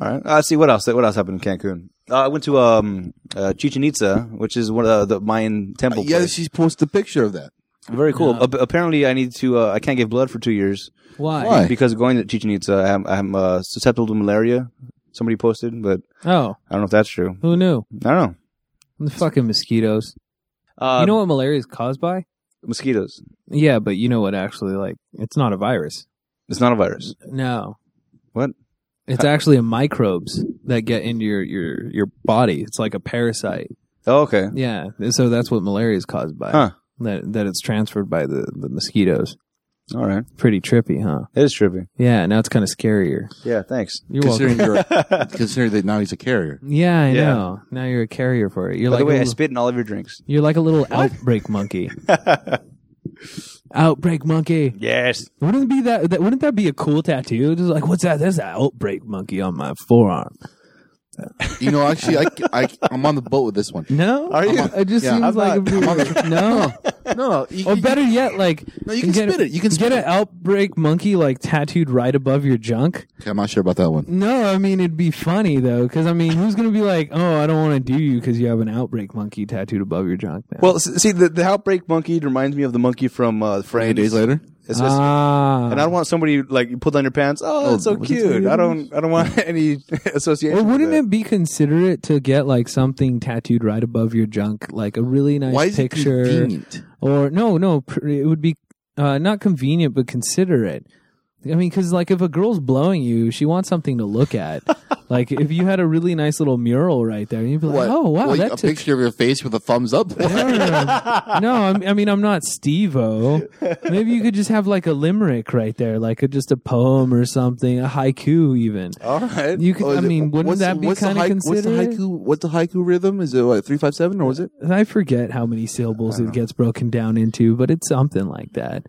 All right. Uh, see what else. What else happened in Cancun? Uh, I went to um, uh, Chichen Itza, which is one of the Mayan temple.
yeah,
place.
she posted a picture of that.
very cool. Ap- apparently, I need to. Uh, I can't give blood for two years.
Why?
Why?
because going to Chichen Itza, I'm, I'm uh, susceptible to malaria. Somebody posted, but
Oh,
I don't know if that's true.
who knew?
I don't know.
The fucking mosquitoes.
Uh,
you know what malaria is caused by?
mosquitoes.
Yeah, but you know what? Actually, like, it's not a virus.
It's not a virus.
No.
What?
It's actually a microbes that get into your your your body. It's like a parasite.
Oh, okay.
Yeah, so that's what malaria is caused by.
Huh.
That that it's transferred by the the mosquitoes.
All right.
Pretty trippy, huh?
It is trippy.
Yeah, now it's kind of scarier.
Yeah, thanks.
You're
Considering
welcome.
you're, considering that now he's a carrier.
Yeah, I
Yeah.
know. Now you're a carrier for it. You're
By
like
the way,
a
I
little-
spit in all of your drinks.
you're like a little outbreak monkey. outbreak monkey.
Yes.
Wouldn't it be that, that? Wouldn't that be a cool tattoo? Just like, what's that? There's an outbreak monkey on my forearm.
You know, actually, I, I, I'm on the boat with this one.
No,
Are you?
It just
Yeah,
seems
I'm
like
not-
it'd be
I'm
weird. no.
No, no, you,
Or
you-
better yet, like
No, you can
get
spit
a-
it. You can
get
spit
an
it.
outbreak monkey like tattooed right above your junk.
Okay, I'm not sure about that one.
No, I mean it'd be funny though, because I mean, who's gonna be like, oh, I don't want to do you because you have an outbreak monkey tattooed above your junk now?
Well, s- see, the, the outbreak monkey reminds me of the monkey from uh, Friends.
Three days later,
It's just-
ah,
and I don't want somebody like you pull down your pants. Oh, that's so
was it
cute.
three
I don't. I don't want any association.
Well, wouldn't
with
it be considerate to get like something tattooed right above your junk, like a really nice
why is
picture,
it convenient?
or no, no, pr- it would be uh, not convenient but considerate. I mean, because like if a girl's blowing you, she wants something to look at. like if you had a really nice little mural right there, you'd be like, "Oh wow,
Like
that's
a picture of your face with a thumbs up.
No, no, no. No, I'm, I mean I'm not Steve-O. Maybe you could just have like a limerick right there, like a, just a poem or something, a haiku even.
All right.
You could,
Oh,
I
is it-
mean, wouldn't
what's-
that be
what's the
kind of
haiku-
considered?
What's the haiku? What's the haiku rhythm? Is it what three five seven or was it?
I forget how many syllables it gets broken down into, but it's something like that.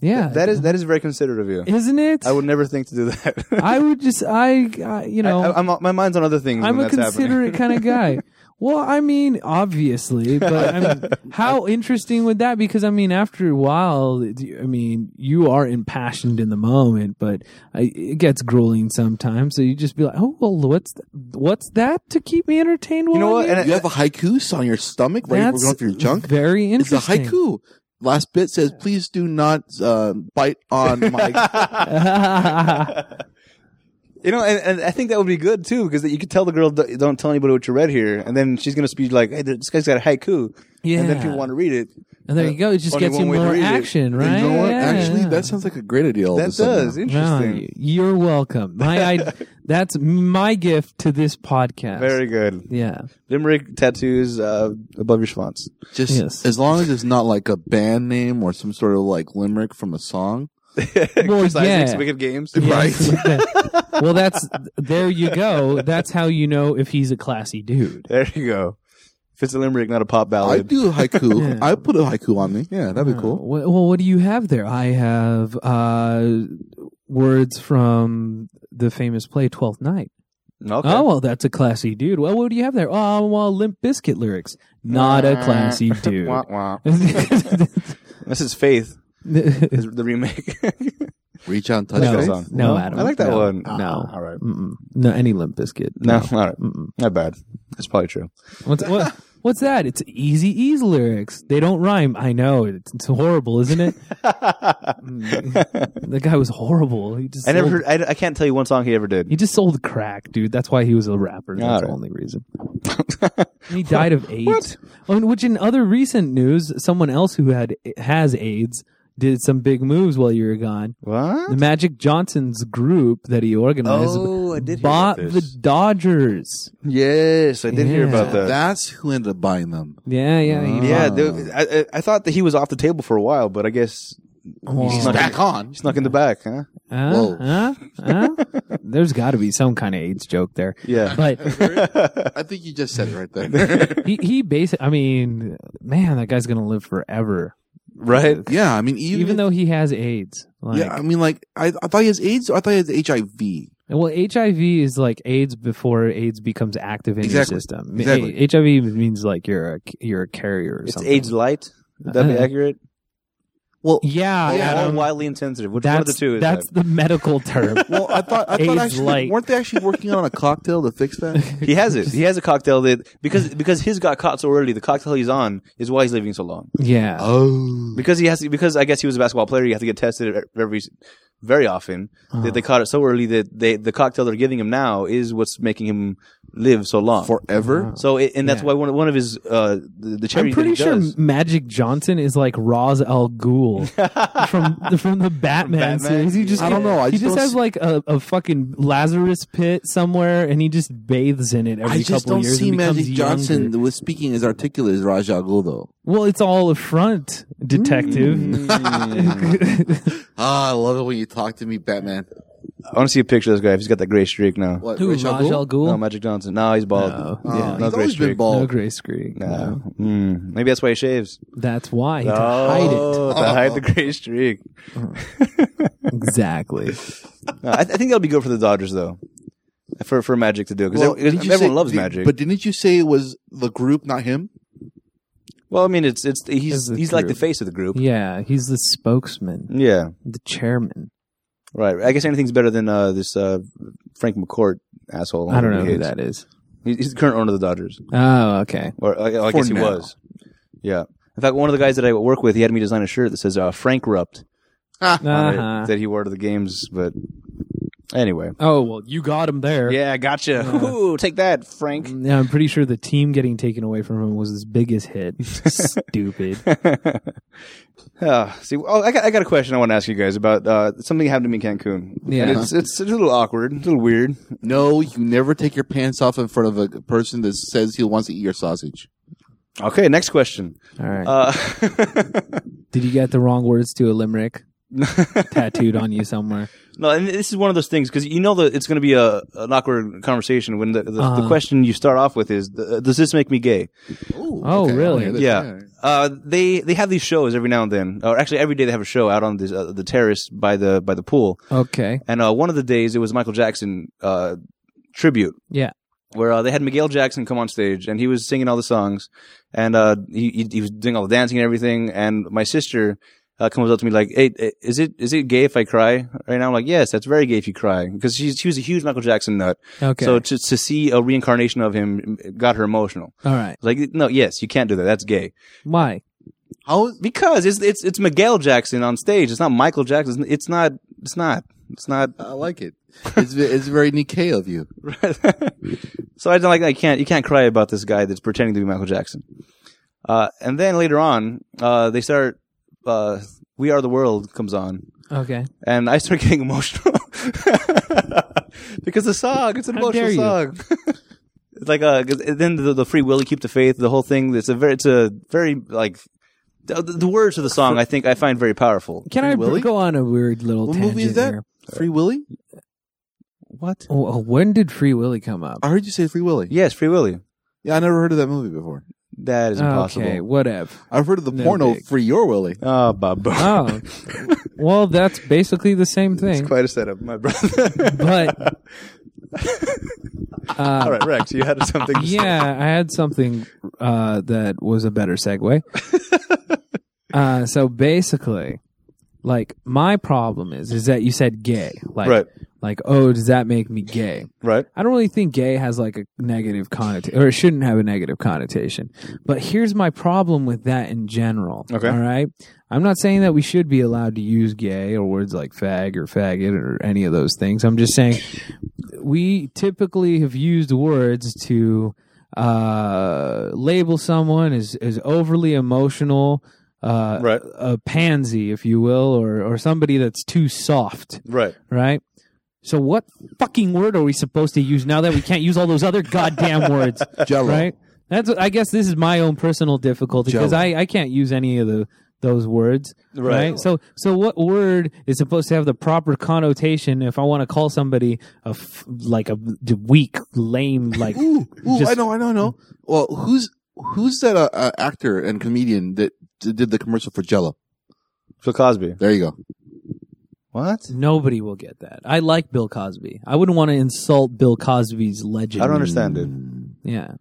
Yeah,
that is that is very considerate of you.
isn't it?
I would never think to do that.
I would just, I, I you know,
I, am my mind's on other things.
I'm
when
a
that's happening.
considerate kind of guy. Well, I mean, obviously, but I mean, how interesting would that be? Because I mean, after a while, it- I mean, you are impassioned in the moment, but I, it gets grueling sometimes. So you just be like, "Oh, well, what's th- what's that to keep me entertained?"
You
while
know
I'm
what?
here?"
And I-
You have a haiku on your stomach, right?
That's
Going through your junk.
Very
It's a
interesting.
haiku. Last bit says, "Please do not uh, bite on my."
You know, and, and I think that would be good too because you could tell the girl, "Don't don't tell anybody what you read here," and then she's gonna be like, "Hey, this guy's got a haiku," and then
Yeah.
people want to read it.
and there you go. It just
Only
gets you
Uh, one way to
more
read it.
action,
You
right?
know what?
Yeah.
Actually, that sounds like a great idea. All of a
That
sudden.
does
Wow,
interesting.
you- You're welcome. My, I, that's my gift to this podcast.
Very good.
yeah.
Limerick tattoos uh, above your schwanz.
Just
Yes.
as long as it's not like a band name or some sort of like limerick from a song.
Well,
Chris Isaac's
Oh, yeah.
Wicked Games.
Yes. well, that's there you go. That's how you know if he's a classy dude.
There you go. If it's a limerick, not a pop
I
ballad.
do haiku.
Yeah.
I put a haiku on me. Yeah, that'd be cool.
Uh, Wh- Well, what do you have there? I have uh, words from the famous play Twelfth Night.
Okay.
Oh, well, that's a classy dude. Well, what do you have there? Oh, well, Limp Biscuit lyrics. Not
Uh,
a classy dude.
Wah, wah. This is Faith, is the remake.
Reach out and touch
No.
your
Faith?
song.
No, Adam.
I like that
No.
one.
No.
All right.
Mm-mm. No, any Limp Biscuit.
No, all right.
Mm-mm.
Not bad. That's probably true.
What's what? What's that? It's easy ease lyrics. They don't rhyme. I know. It's, it's horrible, isn't it? Mm. the guy was horrible. He just
I never
sold-
heard, I, I can't tell you one song he ever did.
He just sold crack, dude. That's why he was a rapper. That's
All
the
right.
only reason. And he died of AIDS. I mean, which, in other recent news, someone else who had has AIDS did some big moves while you were gone.
What?
The Magic Johnson's group that he organized
Oh, I did hear
bought
about
the
this.
Dodgers.
Yes, I did hear
Yeah.
about that.
That's who ended up buying them.
Yeah, yeah. he
yeah, dude, I, I, I thought that he was off the table for a while, but I guess
Well,
snuck in-
Back on.
snuck in the back, huh?
Uh, uh, uh. There's got to be some kind of AIDS joke there.
Yeah.
But
I think you just said it right there.
he, he basically, I mean, man, that guy's going to live forever,
Right?
yeah, I mean, even,
even, though he has AIDS. Like,
yeah, I mean, like I, I thought he has AIDS. Or I thought he has HIV.
Well, HIV is like AIDS before AIDS becomes active in
Exactly.
your system. A-
Exactly.
HIV means like you're a, you're a carrier or
It's
something.
AIDS light. Would that be
Uh-huh.
accurate?
Well,
Yeah,
All- all
Adam.
wildly insensitive. Which one of
that's
the two is
that's
that?
the medical term.
well, I thought I thought
AIDS
actually
light.
weren't they actually working on a cocktail to fix that?
He has it. He has a cocktail that because because his got caught so early. The cocktail he's on is why he's living so long.
yeah.
oh,
Because he has to, because I guess he was a basketball player. You have to get tested e-, every very often. That
Uh-huh.
they caught it so early that they the cocktail they're giving him now is what's making him live so long.
forever.
so it, and that's
Yeah.
why one of, one of his uh the, the charity
I'm pretty
that he
sure
does-
Magic Johnson is like Roz Al Ghul from from the Batman,
Batman?
series. He just
I don't know. I
he
just
just
don't
has
s-
like a, a fucking Lazarus pit somewhere, and he just bathes in it every
I just
couple
don't
years.
see
and becomes
Magic Johnson
younger.
was speaking as articulate as Rajah Ghul though.
Well, it's all a front, detective.
Mm. Ah, I love it when you talk to me, Batman.
I want to see a picture of this guy. If he's got that gray streak now.
What?
Who,
Ra's al
Raj
Ghul?
Al Ghul?
No, Magic Johnson. No, he's bald.
No.
Oh,
yeah.
he's
no
always
gray
been
streak.
bald.
No gray streak.
No. Mm. Maybe that's why he shaves.
That's why. He
Oh,
can
to hide the gray streak.
hide it. Exactly.
No, I, th- I think that'll be good for the Dodgers though, for for Magic to do because
Well, did you
everyone
say-
loves
did-
Magic.
But didn't you say it was the group, not him?
well, I mean, it's it's he's
It's the
he's like the
group.
face of the group.
Yeah, he's the spokesman,
Yeah,
the chairman.
right. I guess anything's better than uh, this uh, Frank McCourt asshole.
I don't know
He
who
hates.
that is.
He- He's the current owner of the Dodgers,
Oh, okay.
or uh, I
For
guess he
now.
was. Yeah. In fact, one of the guys that I work with, he had me design a shirt that says uh, "Frank Rupt" on it
Uh-huh.
that he wore to the games. But anyway,
Oh well, you got him there.
yeah, gotcha. Ooh, take that, Frank.
Yeah, I'm pretty sure the team getting taken away from him was his biggest hit. Stupid.
Uh, see, oh, I got, I got a question I want to ask you guys about uh, something that happened to me in Cancun.
Yeah.
And it's, it's a little awkward, a little weird.
No, you never take your pants off in front of a person that says he wants to eat your sausage.
Okay, next question.
All right.
Uh,
Did you get the wrong words to a limerick tattooed on you somewhere?
no, and this is one of those things because you know that it's going to be a, an awkward conversation when the, the, the
Uh-huh.
question you start off with is, uh, "Does this make me gay?"
Ooh,
Oh, really?
that's-
Yeah. Uh, they they have these shows every now and then, or actually every day they have a show out on this, uh, the terrace by the by the pool.
Okay.
And uh, one of the days it was Michael Jackson uh, tribute.
Yeah.
where uh, they had Miguel Jackson come on stage and he was singing all the songs and uh, he, he he was doing all the dancing and everything. And my sister uh, comes up to me like, "Hey, eh, is it is it gay if I cry?" Right now, I'm like, "Yes, that's very gay if you cry," because she she was a huge Michael Jackson nut.
Okay.
So to to see a reincarnation of him got her emotional.
All right.
Like, no, yes, you can't do that. That's gay
Why?
How?
because it's it's it's Miguel Jackson on stage. It's not Michael Jackson. It's not. It's not. It's not.
I like it. It's, ve- it's very Nikkei of you.
so I don't like I can't you can't cry about this guy that's pretending to be Michael Jackson. Uh, and then later on, uh, they start uh, "We Are the World" comes on,
Okay.
and I start getting emotional because the song it's an
How
emotional
dare you.
song. it's like uh 'cause then the, the free will, keep the faith, the whole thing. It's a very it's a very like the, the words of the song. I think I find very powerful.
Can I
Willy?
go on a weird little
What
tangent
movie is that?
here?
Free Willy?
What?
Oh, when did Free Willy come up?
I heard you say Free Willy.
Yes, Free Willy.
Yeah, I never heard of that movie before.
That is impossible.
Okay, whatever.
I've heard of the
No
porno
big.
Free Your Willy.
Oh, Bob.
Oh, well, that's basically the same
It's
thing.
quite a setup, my brother.
but
All right, Rex, you had something. To say.
yeah, I had something uh, that was a better segue. uh, so basically, like my problem is is that you said gay, like
Right.
like oh, does that make me gay?
Right.
I don't really think gay has like a negative connotation, or it shouldn't have a negative connotation. But here's my problem with that in general.
Okay.
All right. I'm not saying that we should be allowed to use gay or words like fag or faggot or any of those things. I'm just saying we typically have used words to uh, label someone as, as overly emotional. Uh,
Right.
a pansy, if you will, or, or somebody that's too soft
Right.
right? So what fucking word are we supposed to use now that we can't use all those other goddamn words,
Jello.
right? That's I guess this is my own personal difficulty because
Jello.
I, I can't use any of the those words,
Right.
right. So so what word is supposed to have the proper connotation if I want to call somebody a f- like a d- weak, lame, like
Ooh, ooh
Just-
I know, I know, I know. Well, who's who's that uh, uh, actor and comedian that d- did the commercial for Jello?
Phil Cosby.
There you go.
What?
nobody will get that. I like Bill Cosby. I wouldn't want to insult Bill Cosby's legend.
I don't understand it.
Yeah.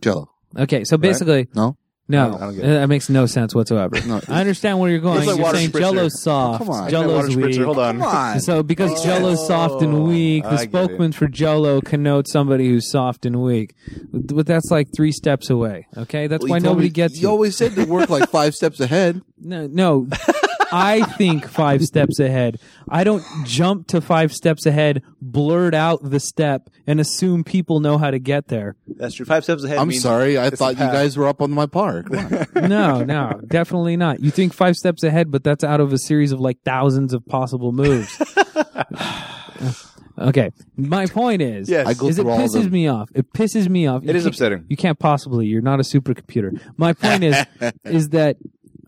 Jello.
Okay. So basically,
No.
No,
I don't- I don't get it.
that makes no sense whatsoever.
No.
I understand where you're going.
It's like
you're
water
saying
spritzer.
Jello's soft,
Come on.
Jello's weak.
Hold on.
on.
So because
Oh.
Jello's soft and weak, the
I get it.
spokesman for Jello connotes somebody who's soft and weak. But that's like three steps away. Okay, that's
Well, you
why
told
nobody
me-
gets
You
you.
always said to work like five steps ahead.
No, no. I think five steps ahead. I don't jump to five steps ahead, blurt out the step, and assume people know how to get there.
That's true. Five steps ahead.
I'm
means-
sorry. I thought you
path.
guys were up on my par. Come on.
No, no, definitely not. You think five steps ahead, but that's out of a series of like thousands of possible moves. Okay, my point is,
Yes. I
go
is it
through all of
pisses
them.
me off. It pisses me off. It
is
is
upsetting.
You can't possibly. You're not a supercomputer. My point is, is that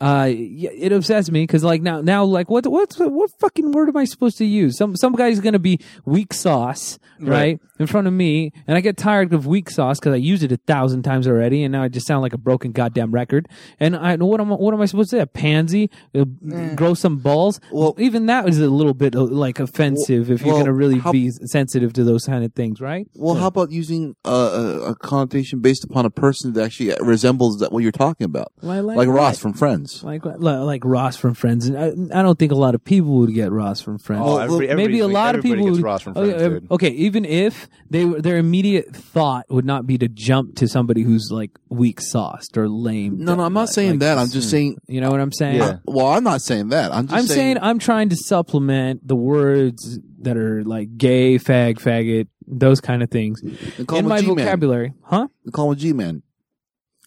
uh, y- it upsets me because like now, now like what what what fucking word am I supposed to use? Some some guy's gonna be weak sauce right, in front of me, and I get tired of weak sauce because I used it a thousand times already, and now I just sound like a broken goddamn record. And I what am I- what am I supposed to say? A pansy? Uh,
Eh.
Grow some balls? Well, even that is a little bit uh, like offensive if you're
well,
gonna really
how-
be sensitive to those kind of things, right?
Well, how about using a, a, a connotation based upon a person that actually resembles that what you're talking about,
Well, I like
like Ross
that.
from Friends?
Like, like like Ross from Friends. I, I don't think a lot of people would get Ross from Friends.
Oh, every-
maybe a
everybody-
lot of
everybody
people
gets
would,
Ross from
okay,
Friends,
ev-
dude.
okay, even if they were- their immediate thought would not be to jump to somebody who's like weak sauced or lame.
No, no, I'm not saying
Like,
that. I'm just saying.
You know what I'm saying?
Yeah.
Well, I'm not saying that. I'm just
I'm saying, I'm trying to supplement the words that are like gay, fag, faggot, those kind of things
And call
in
him a
my
G-man.
vocabulary, huh?
Call him a G-man.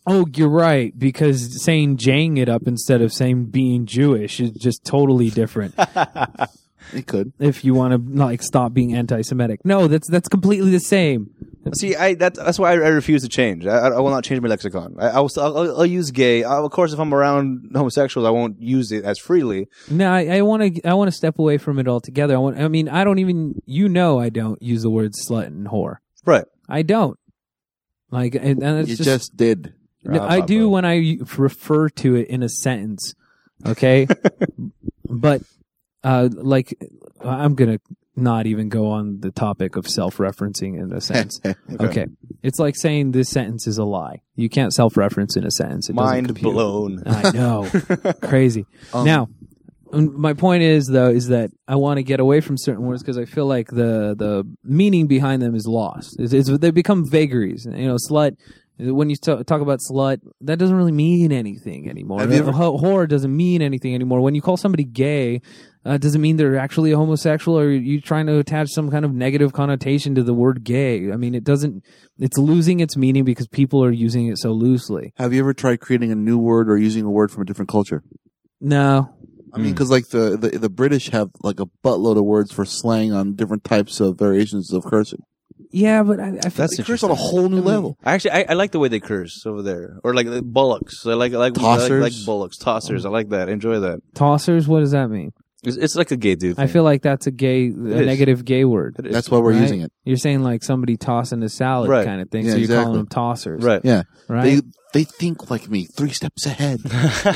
Oh, you're right. Because saying "jang" it up instead of saying being Jewish is just totally different.
He could.
if you want to like stop being anti-Semitic, no, that's that's completely the same.
See, I that, that's why I, I refuse to change. I, I I will not change my lexicon. I, I will, still- I'll, I'll use gay. I, of course, if I'm around homosexuals, I won't use it as freely.
No, I want to I want to step away from it altogether. I want. I mean, I don't even. You know, I don't use the word slut and whore.
Right.
I don't. Like, and, and it's
You
just
just did.
No,
Ah,
I do
Pablo.
when I refer to it in a sentence, okay? but uh like I'm going to not even go on the topic of self-referencing in a sentence. okay. It's like saying this sentence is a lie. You can't self-reference in a sentence. It doesn't
Mind
compute.
blown.
I know. Crazy. now, um, my point is though is that I want to get away from certain words because I feel like the the meaning behind them is lost. It's, it's, they become vagaries. You know, slut. When you t- talk about slut, that doesn't really mean anything anymore.
Have you ever-
Ho- whore doesn't mean anything anymore. When you call somebody gay, uh, doesn't mean they're actually a homosexual, or you trying to attach some kind of negative connotation to the word gay. I mean, it doesn't. It's losing its meaning because people are using it so loosely.
Have you ever tried creating a new word or using a word from a different culture?
No,
I
Hmm.
mean, because like the, the the British have like a buttload of words for slang on different types of variations of cursing.
Yeah, but I, I feel
That's
like
Curse on a whole new level.
Actually, I, I like the way they curse over there, or like the bullocks. I like I like I like,
Tossers.
I like bullocks, tossers. I like that. Enjoy that.
tossers. What does that mean?
It's, it's like a gay dude.
I
thing.
feel like that's a gay, a
is.
negative gay word.
It is.
That's why we're
right?
using it.
You're saying like somebody tossing a salad
Right.
kind of thing.
Yeah,
so you're
exactly.
calling them tossers,
right.
Yeah,
Right?
they they think like me, three steps ahead.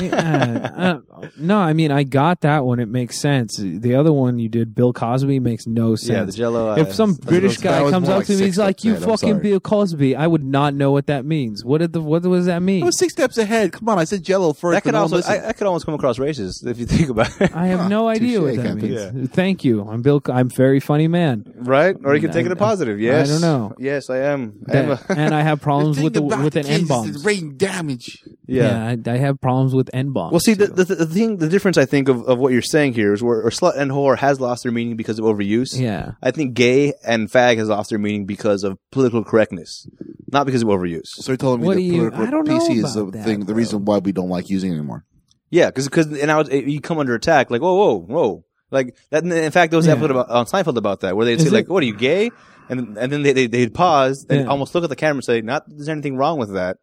Yeah, uh, no, I mean I got that one. It makes sense. The other one you did, Bill Cosby, makes no sense.
Yeah, the Jello.
if some British
that
guy
was
comes
more
up
like
to me,
six
he's like,
steps
"You
ahead, I'm
fucking
sorry.
Bill Cosby," I would not know what that means. What did the what was that
I
mean?
was six steps ahead. Come on, I said Jello first.
that
but
could
no one
also I,
listened.
that could almost come across racist if you think about it,
I have no idea what
touche,
that
Captain.
means. Thank you. I'm Bill. I'm very funny man.
right? Or you can take it a positive. Yes,
don't know.
Yes, I am. I am
That-
a,
and I have problems
Thing
with the,
about
with an
kids
n
is
bomb.
it's Brain damage.
yeah.
I, I have problems with n bombs.
Well, see, the, the, the thing, the difference I think of, of what you're saying here is where or slut and whore has lost their meaning because of overuse.
Yeah.
I think gay and fag has lost their meaning because of political correctness, not because of overuse.
So you're telling me
What do
the
you-
political
I don't know
PC is
about
the
that,
thing, the
bro.
reason why we don't like using it anymore.
Yeah, because and now it, eh, you come under attack. Like whoa, whoa, whoa. Like that. In fact, there was an
Yeah.
episode about, on Seinfeld about that where they'd
Is
say like,
it-
"What are you gay?" and and then they they they'd pause and
Yeah.
almost look at the camera and say, "Not there's anything wrong with that."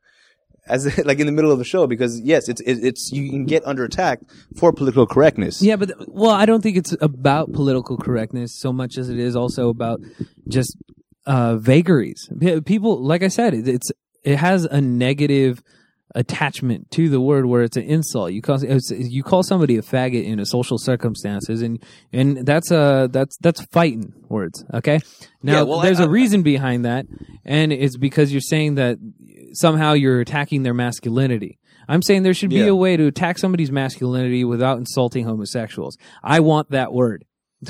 As if- like in the middle of the show, because yes, it's it, it's you can get under attack for political correctness.
yeah, but well, I don't think it's about political correctness so much as it is also about just uh, vagaries. P- People, like I said, it, it's it has a negative attachment to the word where it's an insult. You call it's, you call somebody a faggot in a social circumstances, and and that's uh that's that's fighting words. Okay, now
Yeah, well, I-
there's a
I-
reason behind that, and it's because you're saying that somehow you're attacking their masculinity. I'm saying there should be
Yeah.
a way to attack somebody's masculinity without insulting homosexuals. I want that word.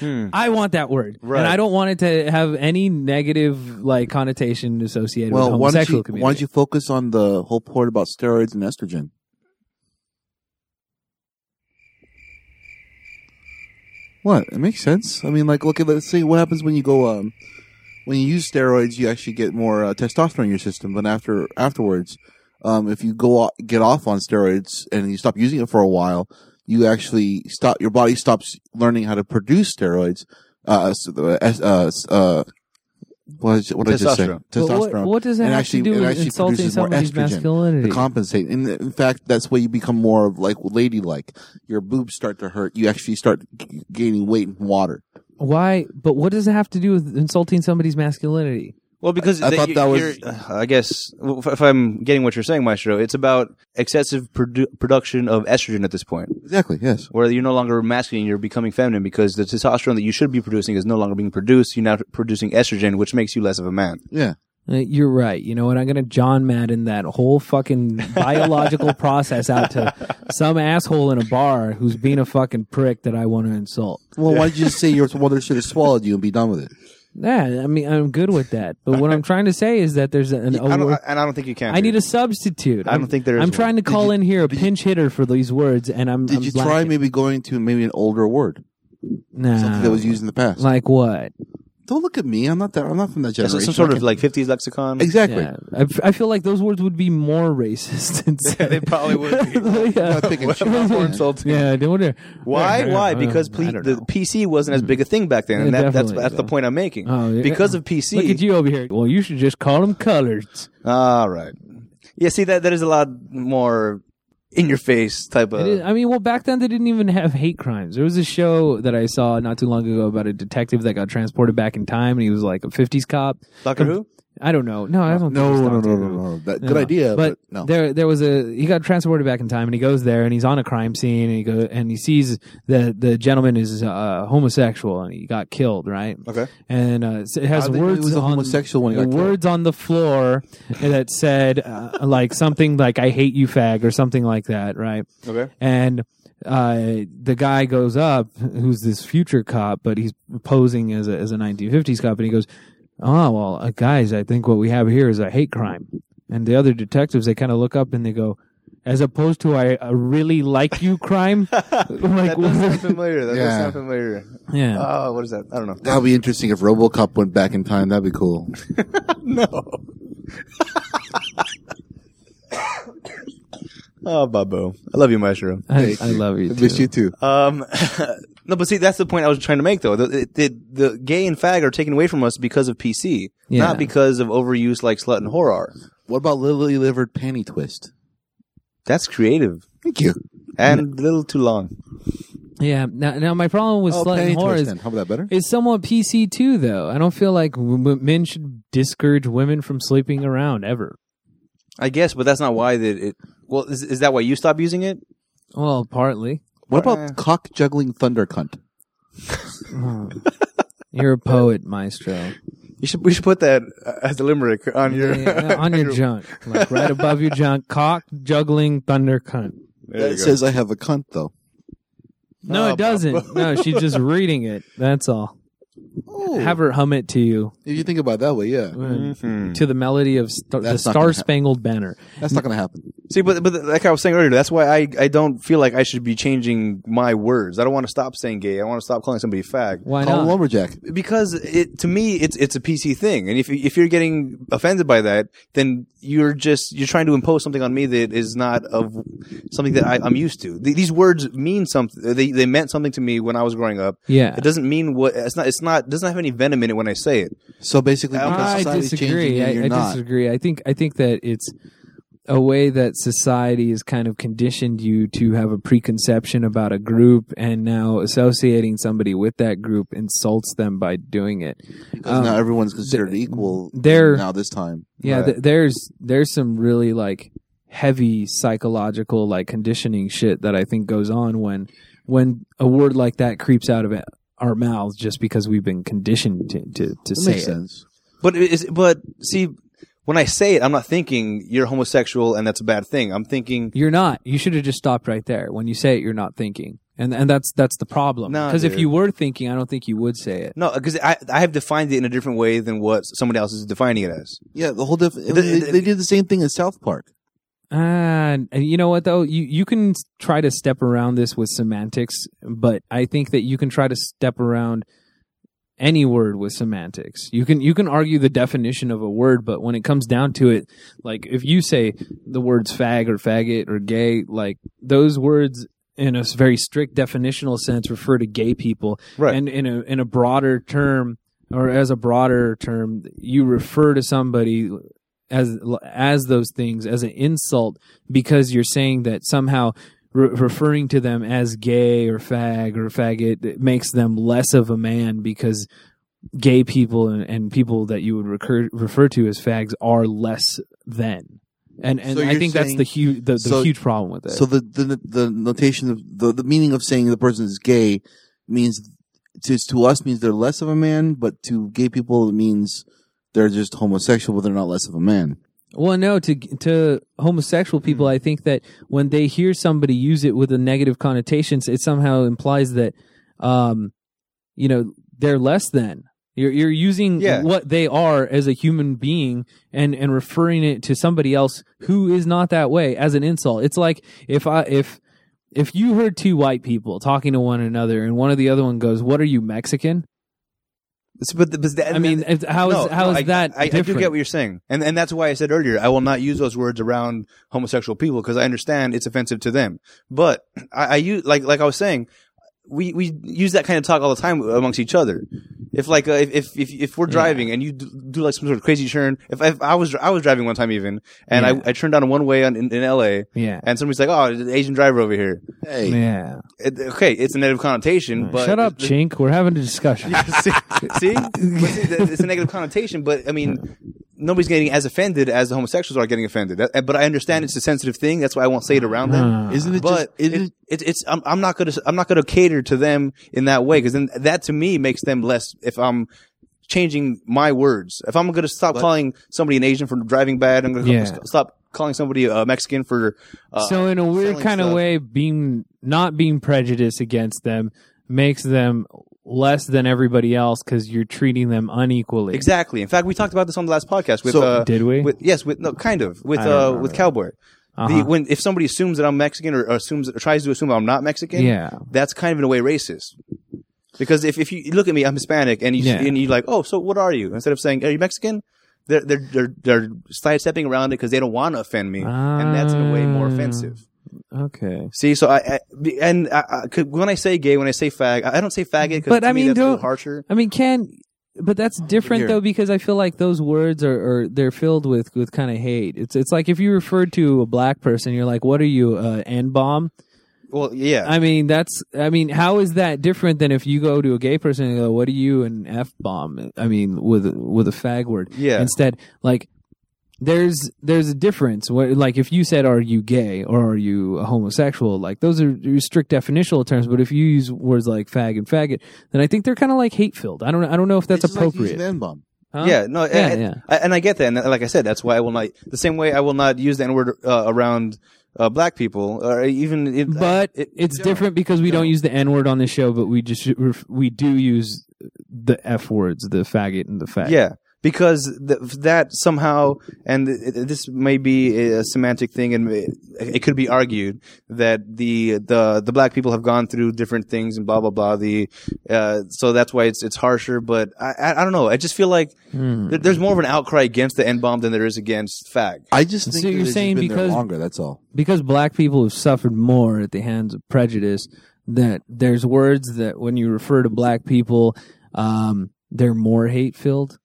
Hmm.
I want that word,
Right.
and I don't want it to have any negative like connotation associated with
Well,
the
why don't,
homosexual
you,
community.
why don't you focus on the whole part about steroids and estrogen? What? It makes sense. I mean, like, look at let's see what happens when you go um, when you use steroids, you actually get more uh, testosterone in your system. But after afterwards, um, if you go o- get off on steroids and you stop using it for a while, you actually stop your body stops learning how to produce steroids, uh, so the, uh, uh, what, is- what did I just say?
Testosterone.
But what-
Testosterone.
what does that
And
have to
actually,
do
it
with
actually
insulting
produces more
somebody's
estrogen
masculinity?
To compensate. And in fact, that's why you become more of like ladylike. Your boobs start to hurt. You actually start g- gaining weight and water.
Why? But what does it have to do with insulting somebody's masculinity?
Well, because
I
the-
thought that was-
you're- I guess well, if- if I'm getting what you're saying, Maestro, it's about excessive produ- production of estrogen at this point,
Exactly. Yes.
where you're no longer masculine, you're becoming feminine because the testosterone that you should be producing is no longer being produced. You're now producing estrogen, which makes you less of a man.
Yeah.
Uh, You're right. You know what? I'm gonna John Madden that whole fucking biological process out to some asshole in a bar who's being a fucking prick that I want to insult.
Well, why did you just say your mother should have swallowed you and be done with it?
Yeah, I mean, I'm good with that. But what I'm trying to say is that there's an.
I
over-
don't, and I don't think you can.
Oh, I need a substitute.
I don't
I'm-
think there is
I'm
one.
trying to call in here a pinch hitter for these words, and I'm.
Did
I'm
you try
lacking.
maybe going to maybe an older word
Nah.
something that was used in the past?
Oh. Like what?
Don't look at me. I'm not that. I'm not from that
Is
generation.
it some sort
I
of
can-
like 50s lexicon.
exactly.
Yeah. I, f- I feel like those words would be more racist. instead.
they probably would be.
yeah.
Not picking shit up or insulting.
Yeah, I don't wonder.
Why? Why? Because
please.
ple- the PC wasn't as big a thing back then, and
Yeah,
that, that's
definitely.
that's the point I'm making.
Oh, yeah.
Because of PC,
Look at you over here. Well, you should just call them coloreds.
All Ah, right. Yeah, see that that is a lot more in your face type
Uh,
It
of.
is- I mean, well, back then they didn't even have hate crimes. There was a show that I saw not too long ago about a detective that got transported back in time, and he was like a '50s cop.
Doctor Who?
I don't know. No, I don't.
No,
think it was
no, no,
Doctor
no,
Who.
no, no. That,
No.
Good idea, but, no.
there there was a he got transported back in time, and he goes there, and he's on a crime scene, and he go and he sees that the gentleman is uh, homosexual, and he got killed, right?
Okay.
and uh, so it has
How'd they know he
words
was a
on
homosexual when he got killed?
words on the floor that said uh, like something like "I hate you, fag" or something like that, right?
Okay.
and uh, the guy goes up, who's this future cop, but he's posing as a, as a 1950s cop, and he goes, "Oh well, uh, guys, I think what we have here is a hate crime." And the other detectives, they kind of look up and they go, "As opposed to I uh, really like you crime, like
That does sound familiar. That does
Yeah.
sound familiar.
yeah."
Oh, what is that? I don't know.
that would be interesting if RoboCop went back in time. That'd be cool.
Oh, Babu. I love you, Mushroom.
I, I love you.
I miss
too.
you too.
Um, no, but see, that's the point I was trying to make, though. The, it- it- the gay and fag are taken away from us because of PC,
Yeah.
not because of overuse like slut and whore are.
What about lily livered panty twist?
That's creative
Thank you.
Mm.
and a little too long.
Yeah. Now, now my problem with
Oh,
slut
panty
and whore
twist.
is
Then. How about that better?
It's somewhat PC too, though. I don't feel like w- w- men should discourage women from sleeping around ever.
I guess, but that's not why that it. Well, is, is that why you stopped using it?
Well, partly.
What
Uh,
about cock juggling thunder cunt?
You're a poet, maestro.
You should. We should put that uh, as a limerick on your
Yeah, on your junk, like right above your junk, cock juggling thunder cunt.
There you
that
go.
says I have a cunt though.
No, it doesn't. No, she's just reading it. That's all. Have her hum it to you
If you think about it that way, yeah,
uh, to the melody of star- the
That's not gonna
Star
happen.
Spangled Banner.
that's not going to happen.
See, but but like I was saying earlier, that's why I, I don't feel like I should be changing my words. I don't want to stop saying gay. I want to stop calling somebody fag.
Why
Call him
not?
lumberjack.
Because it to me it's it's a PC thing, and if you- if you're getting offended by that, then you're just you're trying to impose something on me that is not of something that I, I'm used to. Th- these words mean something. They they meant something to me when I was growing up.
Yeah.
it doesn't mean what it's not. It's not doesn't have any venom in it when I say it.
So basically, because
I
society's changing,
disagree.
and you're
I, I
not.
disagree. I think I think that it's a way that society has kind of conditioned you to have a preconception about a group, and now associating somebody with that group insults them by doing it.
Because now everyone's considered equal.
Um, they're-
now this time.
Yeah,
Right.
th- there's there's some really like heavy psychological like conditioning shit that I think goes on when when a word like that creeps out of it, our mouths just because we've been conditioned to to, to
That
say
makes
it.
sense.
But it is but see, when I say it, I'm not thinking you're homosexual and that's a bad thing. I'm thinking
You're not. You should have just stopped right there. When you say it, you're not thinking, and and that's that's the problem.
Nah,
Because if
dude.
you were thinking, I don't think you would say it.
No, because I I have defined it in a different way than what somebody else is defining it as.
Yeah, the whole diff- they, they did the same thing in South Park.
And, and you know what though, you you can s- try to step around this with semantics, but I think that you can try to step around any word with semantics. You can you can argue the definition of a word, but when it comes down to it, like if you say the words fag or faggot or gay, like those words in a s- very strict definitional sense refer to gay people,
Right.
and in a in a broader term or as a broader term, you refer to somebody as as those things as an insult because you're saying that somehow re- referring to them as gay or fag or faggot it makes them less of a man because gay people and, and people that you would recur, refer to as fags are less than. And and
So
I
you're
think that's
saying-
the huge the, the
so-
huge problem with it.
So the the the notation of the, the meaning of saying the person is gay means to to us means they're less of a man, but to gay people it means they're just homosexual, but they're not less of a man.
Well, no, to to homosexual
Hmm.
people, I think that when they hear somebody use it with a negative connotations, it somehow implies that, um, you know, they're less than. You're you're using
Yeah.
what they are as a human being and and referring it to somebody else who is not that way as an insult. It's like if I if if you heard two white people talking to one another and one of the other one goes, "What are you Mexican?"
It's- but, the- but the-
I mean, it's- how is
No,
how
no,
is
I,
that
I, I
different?
do get what you're saying, and and that's why I said earlier I will not use those words around homosexual people because I understand it's offensive to them. But I, I use like like I was saying, we we use that kind of talk all the time amongst each other. If like uh, if, if if if we're driving and you do, do like some sort of crazy turn, if, if I was I was driving one time even, and
Yeah.
I, I turned down one way on, in, in L.A.
yeah.
and somebody's like, oh, there's an Asian driver over here.
Hey,
Yeah.
It- okay, it's a negative connotation, but
Shut up,
the-
chink. We're having a discussion.
see, see? But see, that- it's a negative connotation. But I mean, nobody's getting as offended as the homosexuals are getting offended. That- But I understand it's a sensitive thing. That's why I won't say it around
Uh,
them.
isn't it?
But
just,
it,
isn't
it, it's I'm, I'm not gonna I'm not gonna cater to them in that way because then that to me makes them less. If I'm changing my words, if I'm gonna stop calling somebody an Asian for driving bad, I'm gonna
Yeah.
st- stop calling somebody a Mexican for. Uh,
so in a weird
selling
kind of
stuff.
way, being not being prejudiced against them makes them less than everybody else because you're treating them unequally.
Exactly. In fact, we talked about this on the last podcast with
So-
uh,
Did we?
With, yes, with no, kind of with
I don't
uh,
remember
with
that.
cowboy.
Uh-huh.
The, when if somebody assumes that I'm Mexican or assumes or tries to assume I'm not Mexican,
Yeah.
that's kind of in a way racist. Because if, if you look at me, I'm Hispanic, and you
Yeah.
and you like, oh, so what are you? Instead of saying, are you Mexican? They're they're they're, they're sidestepping around it because they don't want to offend me, and that's in a way more
Ah.
offensive.
Okay.
See, so I, I and I, I, 'cause when I say gay, when I say fag, I I don't say faggot because
But
to
I
me
mean,
that's a little
don't-
harsher.
I mean, can but that's different
here.
though because I feel like those words are, are they're filled with with kind of hate. It's it's like if you referred to a black person, you're like, "What are you, uh, n bomb?"
Well, yeah,
I mean, that's. I mean, how is that different than if you go to a gay person and go, "What are you an f bomb?" I mean, with with a fag word.
Yeah.
Instead, like, there's there's a difference. What, like, if you said, "Are you gay?" or "Are you a homosexual?" Like, those are strict definitional terms. But if you use words like fag and faggot, then I think they're kind of like hate filled. I don't. I don't know if that's
it's just like using
appropriate.
the N-bomb.
Huh?
Yeah, no,
Yeah,
and,
yeah.
I, and I get that, and like I said, that's why I will not. The same way I will not use the N word uh, around uh, black people, or even. It,
But
I- it-
it's different because we don't use the N word on the show, but we just we do use the F words, the faggot and the fag.
yeah, because th- that somehow, and it, it- this may be a semantic thing, and it, it could be argued that the the the black people have gone through different things and blah blah blah. The uh, so that's why it's it's harsher. But I I, I don't know. I just feel like
Hmm.
there- there's more of an outcry against the N bomb than there is against fag.
I just think
So
that
you're
it's just
saying
been there
because-
longer. That's all.
because black people have suffered more at the hands of prejudice that there's words that when you refer to black people um, they're more hate filled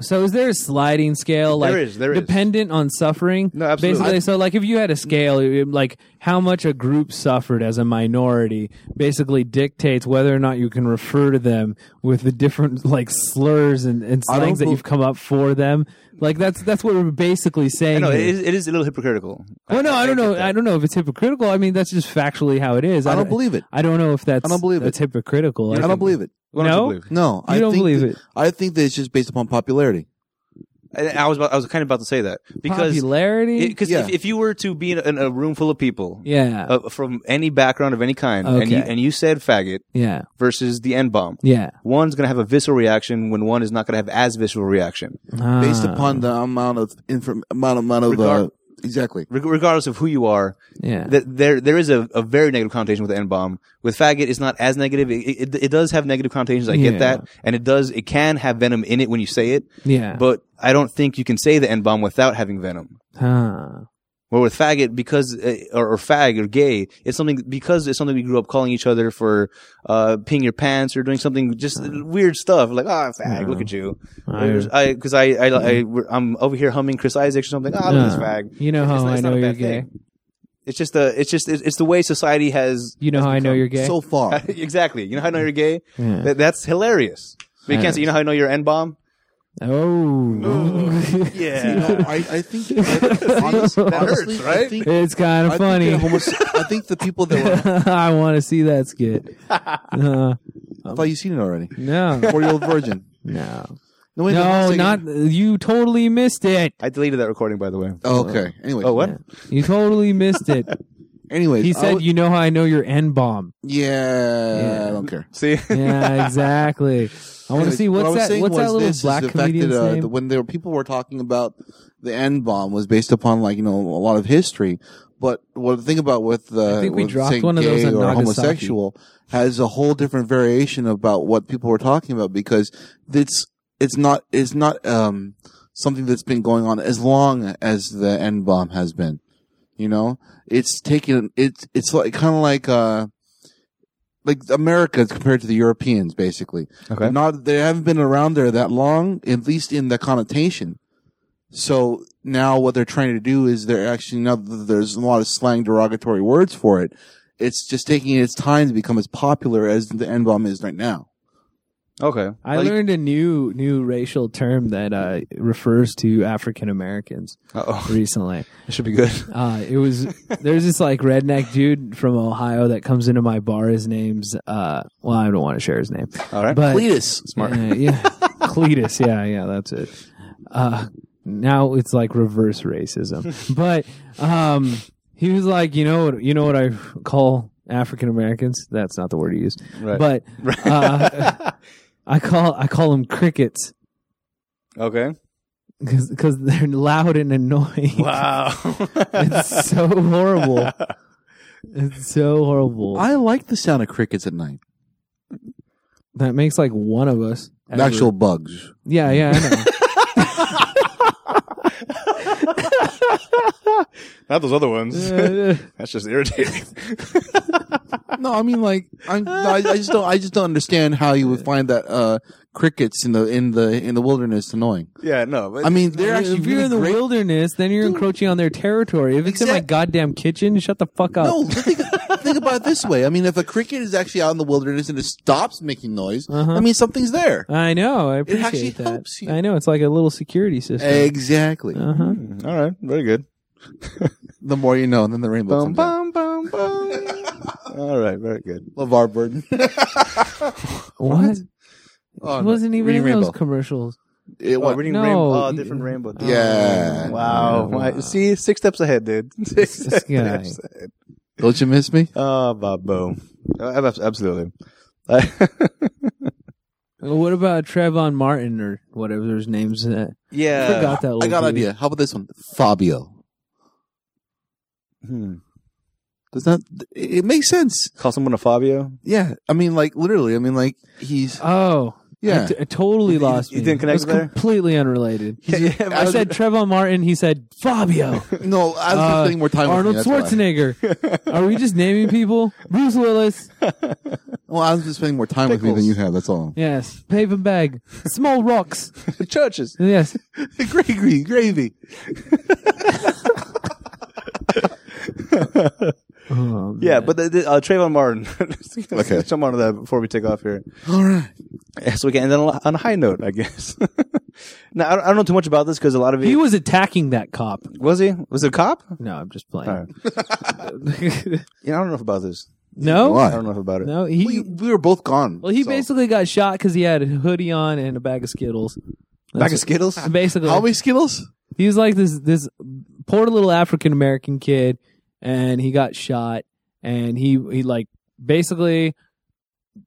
so is there a sliding scale like
Uh, There is, there is.
dependent on suffering
No, absolutely.
basically so like if you had a scale it- like how much a group suffered as a minority basically dictates whether or not you can refer to them with the different like slurs and, and
I don't
slangs that
bel-
you've come up for them like that's that's what we're basically saying
I know it
here.
is, it is a little hypocritical.
Well, no, I, don't
get
know.
that.
I don't know if it's hypocritical. I mean, that's just factually how it is.
I don't believe it.
I don't know if that's.
I don't believe
that's hypocritical.
I don't believe it.
Why don't you
No?
believe?
No,
You
I
don't
think
believe
that-
it.
I think that it's just based upon popularity.
I, I was about, I was kind of about to say that because
popularity.
because
Yeah.
if, if you were to be in a, in a room full of people
yeah,
uh, from any background of any kind and you
Okay.
and you said faggot
yeah,
versus the n bomb,
yeah.
one's going to have a visceral reaction when one is not going to have as visceral reaction,
based
Ah,
upon the amount of inform- amount amount of uh,
Regard-
exactly.
Reg regardless of who you are.
yeah.
Th- there there is a, a very negative connotation with the n bomb. With faggot, it's not as negative. It, it, it does have negative connotations. I
Yeah.
get that, and it does it can have venom in it when you say it.
Yeah.
but I don't think you can say the n bomb without having venom.
Huh.
Where with faggot because uh, or, or fag or gay, it's something because it's something we grew up calling each other for uh peeing your pants or doing something just weird stuff like ah fag, look at you.
I-
I because I I, I, am over here humming Chris Isaacs or something. Ah, look at this
No.
fag.
You know
It's
how
not-
I
it's not
know
a
you're
bad thing.
gay.
It's just the it's just it's, it's the way society has
You know how I know you're gay.
So far,
exactly. You know how I know you're gay?
Yeah.
That, that's hilarious. But you can't say you know how I know you're N bomb.
oh,
Yeah.
No, I, I think I, honestly, honestly, I
right?
think,
it's kind
I,
of
think
funny.
that homose- I think the people that were
I want to see that skit. Uh,
I thought you seen it already.
no,
Forty year old virgin.
no,
No, wait, wait a
no,
second.
not you. Totally missed it.
I deleted that recording by the way.
Oh, okay. Anyway.
Oh what?
You totally missed it.
Anyways,
He
I
said,
was-
"You know how I know your N bomb."
yeah,
Yeah.
I don't care.
See?
Yeah, exactly. I want to
Anyways,
see
what I
what's
was
that.
saying
What's
was
that little
this, is
black
the fact that,
comedian's
uh,
name?
the- when there were, people were talking about the N bomb was based upon like you know a lot of history, but what the thing about with uh,
I think we
with
dropped
saying
one of those
gay
on
or
Nagasaki.
homosexual has a whole different variation about what people were talking about because it's it's not it's not um something that's been going on as long as the N bomb has been. You know, it's taken. It's it's like kind of like uh, like America compared to the Europeans, basically.
Okay.
Not they haven't been around there that long, at least in the connotation. So now what they're trying to do is they're actually now that there's a lot of slang derogatory words for it. It's just taking its time to become as popular as the N bomb is right now.
Okay.
I
like-
learned a new new racial term that uh, refers to African Americans
Uh oh.
recently.
It should be good.
Uh, it was there's this like redneck dude from Ohio that comes into my bar. His name's uh, well, I don't want to share his name,
All right.
but
Cletus.
Smart.
Yeah, yeah. Cletus. Yeah, yeah, that's it. Uh, now it's like reverse racism. But um, he was like, you know, what, you know what I call African Americans? That's not the word he used.
Right.
But uh, I call I call them crickets
okay.
because they're loud and annoying.
Wow.
It's so horrible. It's so horrible.
I like the sound of crickets at night.
that makes like one of us. ever.
Actual bugs.
Yeah, yeah, I know.
Not those other ones.
Yeah,
That's just irritating.
No, I mean like I'm, no, I, I just don't. I just don't understand how you would find that uh, crickets in the in the in the wilderness annoying.
yeah, no. But
I mean, they're
If
actually
you're
really
in the
great.
wilderness, then you're encroaching on their territory. If it's in my
Exact-
goddamn kitchen, shut the fuck up.
No, think, think about it this way. I mean, if a cricket is actually out in the wilderness and it stops making noise,
Uh-huh.
I mean something's there.
I know. I
actually
appreciate that.
helps you.
I know it's like a little security system.
Exactly.
uh-huh.
all right, very good.
The more you know, and then the rainbow.
Bum
comes out.
bum bum bum. all right, very good.
LeVar Burton.
What?
Oh,
It wasn't
no.
even
Reading
in
rainbow.
those commercials.
It
Oh,
was.
reading
No.
rainbow. Oh, different rainbow. thing.
Yeah.
Wow. Why- See, six steps ahead, dude. Six
This guy.
steps ahead.
Don't you miss me?
Oh, Bob Absolutely. Uh,
What about Trevon Martin or whatever his name's? uh,
yeah.
forgot that.
I got an
little dude.
idea. How about this one? Fabio.
Hmm.
Does that? It it makes sense.
Call someone a Fabio.
Yeah. I mean, like literally. I mean, like he's.
Oh,
Yeah.
I t- I totally lost.
you
me.
didn't connect
It was
there?
completely unrelated.
Yeah, yeah,
I said Trevon Martin. He said Fabio.
No, I was just
Uh,
spending more time.
Arnold
with you, that's why.
Schwarzenegger. Are we just naming people? Bruce Willis.
Well, I was just spending more time with you than
Pickles.
you have. That's all.
Yes. Paper bag. Small rocks.
churches.
Yes.
gravy, gravy.
Yeah, but the, the, uh, Trayvon Martin.
Okay.
okay, jump onto that before we take off here.
All right.
Yeah, So we can end on a- on a high note, I guess. now I don't, I don't know too much about this because a lot of it
He was attacking that cop.
was he was it a cop?
No, I'm just playing.
All You know, I don't know enough about this.
no,
Why?
I don't know enough about it.
no. He
We, we were both gone.
well, he
so-
basically got shot because he had a hoodie on and a bag of Skittles.
Back of Skittles.
Basically,
How many Skittles?
he was like this this poor little African American kid, and he got shot, and he he like basically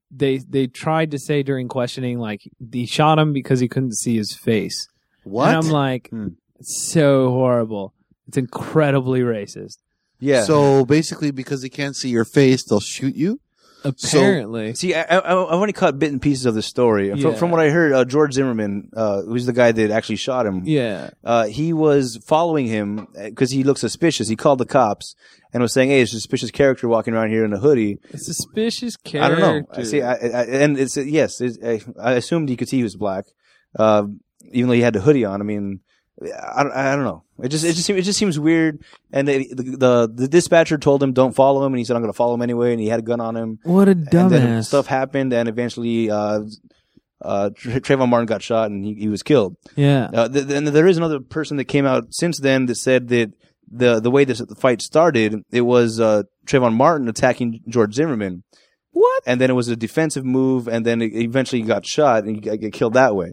they they tried to say during questioning like he shot him because he couldn't see his face.
What?
And I'm like,
Hmm.
it's so horrible. It's incredibly racist.
Yeah.
So basically, because they can't see your face, they'll shoot you.
Apparently.
See, I, I, I've only caught bit and pieces of the story. And From,
Yeah.
from what I heard, uh, George Zimmerman, uh, who's the guy that actually shot him,
yeah.
uh, he was following him because he looked suspicious. He called the cops and was saying, "Hey, it's a suspicious character walking around here in a hoodie."
A suspicious
I
character.
don't know. I See, I, I, and it's yes, it's, I, I assumed he could see he was black, uh, even though he had the hoodie on. I mean, I, don't- I don't know. It just it just seems, it just seems weird. And they, the, the the dispatcher told him don't follow him, and he said I'm going to follow him anyway, and he had a gun on him.
what a
And then
dumbass.
stuff happened, and eventually, uh, uh, Tra- Trayvon Martin got shot, and he, he was killed.
Yeah.
Uh, th- th- and there is another person that came out since then that said that the the way this the fight started, it was uh, Trayvon Martin attacking George Zimmerman. What? And then it was a defensive move, and then it eventually he got shot and he got, got killed that way.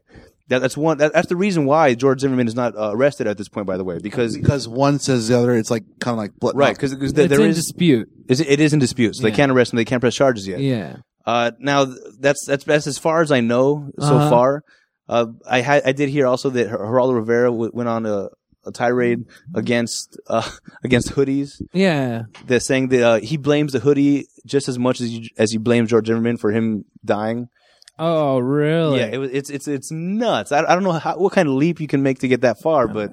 That, that's one. That, that's the reason why George Zimmerman is not uh, arrested at this point, by the way, because
because one says the other, it's like kind of like blood.
right, because
It's
there
in
is,
dispute.
is it is in dispute, so
Yeah.
they can't arrest him, they can't press charges yet.
Yeah.
Uh, now th- that's that's that's as far as I know so
Uh-huh.
far. Uh, I had I did hear also that Her- Geraldo Rivera w- went on a, a tirade
Mm-hmm.
against uh, against hoodies.
Yeah.
They're saying that uh, he blames the hoodie just as much as he, as he blames George Zimmerman for him dying.
Oh, really?
Yeah, it was, it's it's it's nuts. I, I don't know how, what kind of leap you can make to get that far, but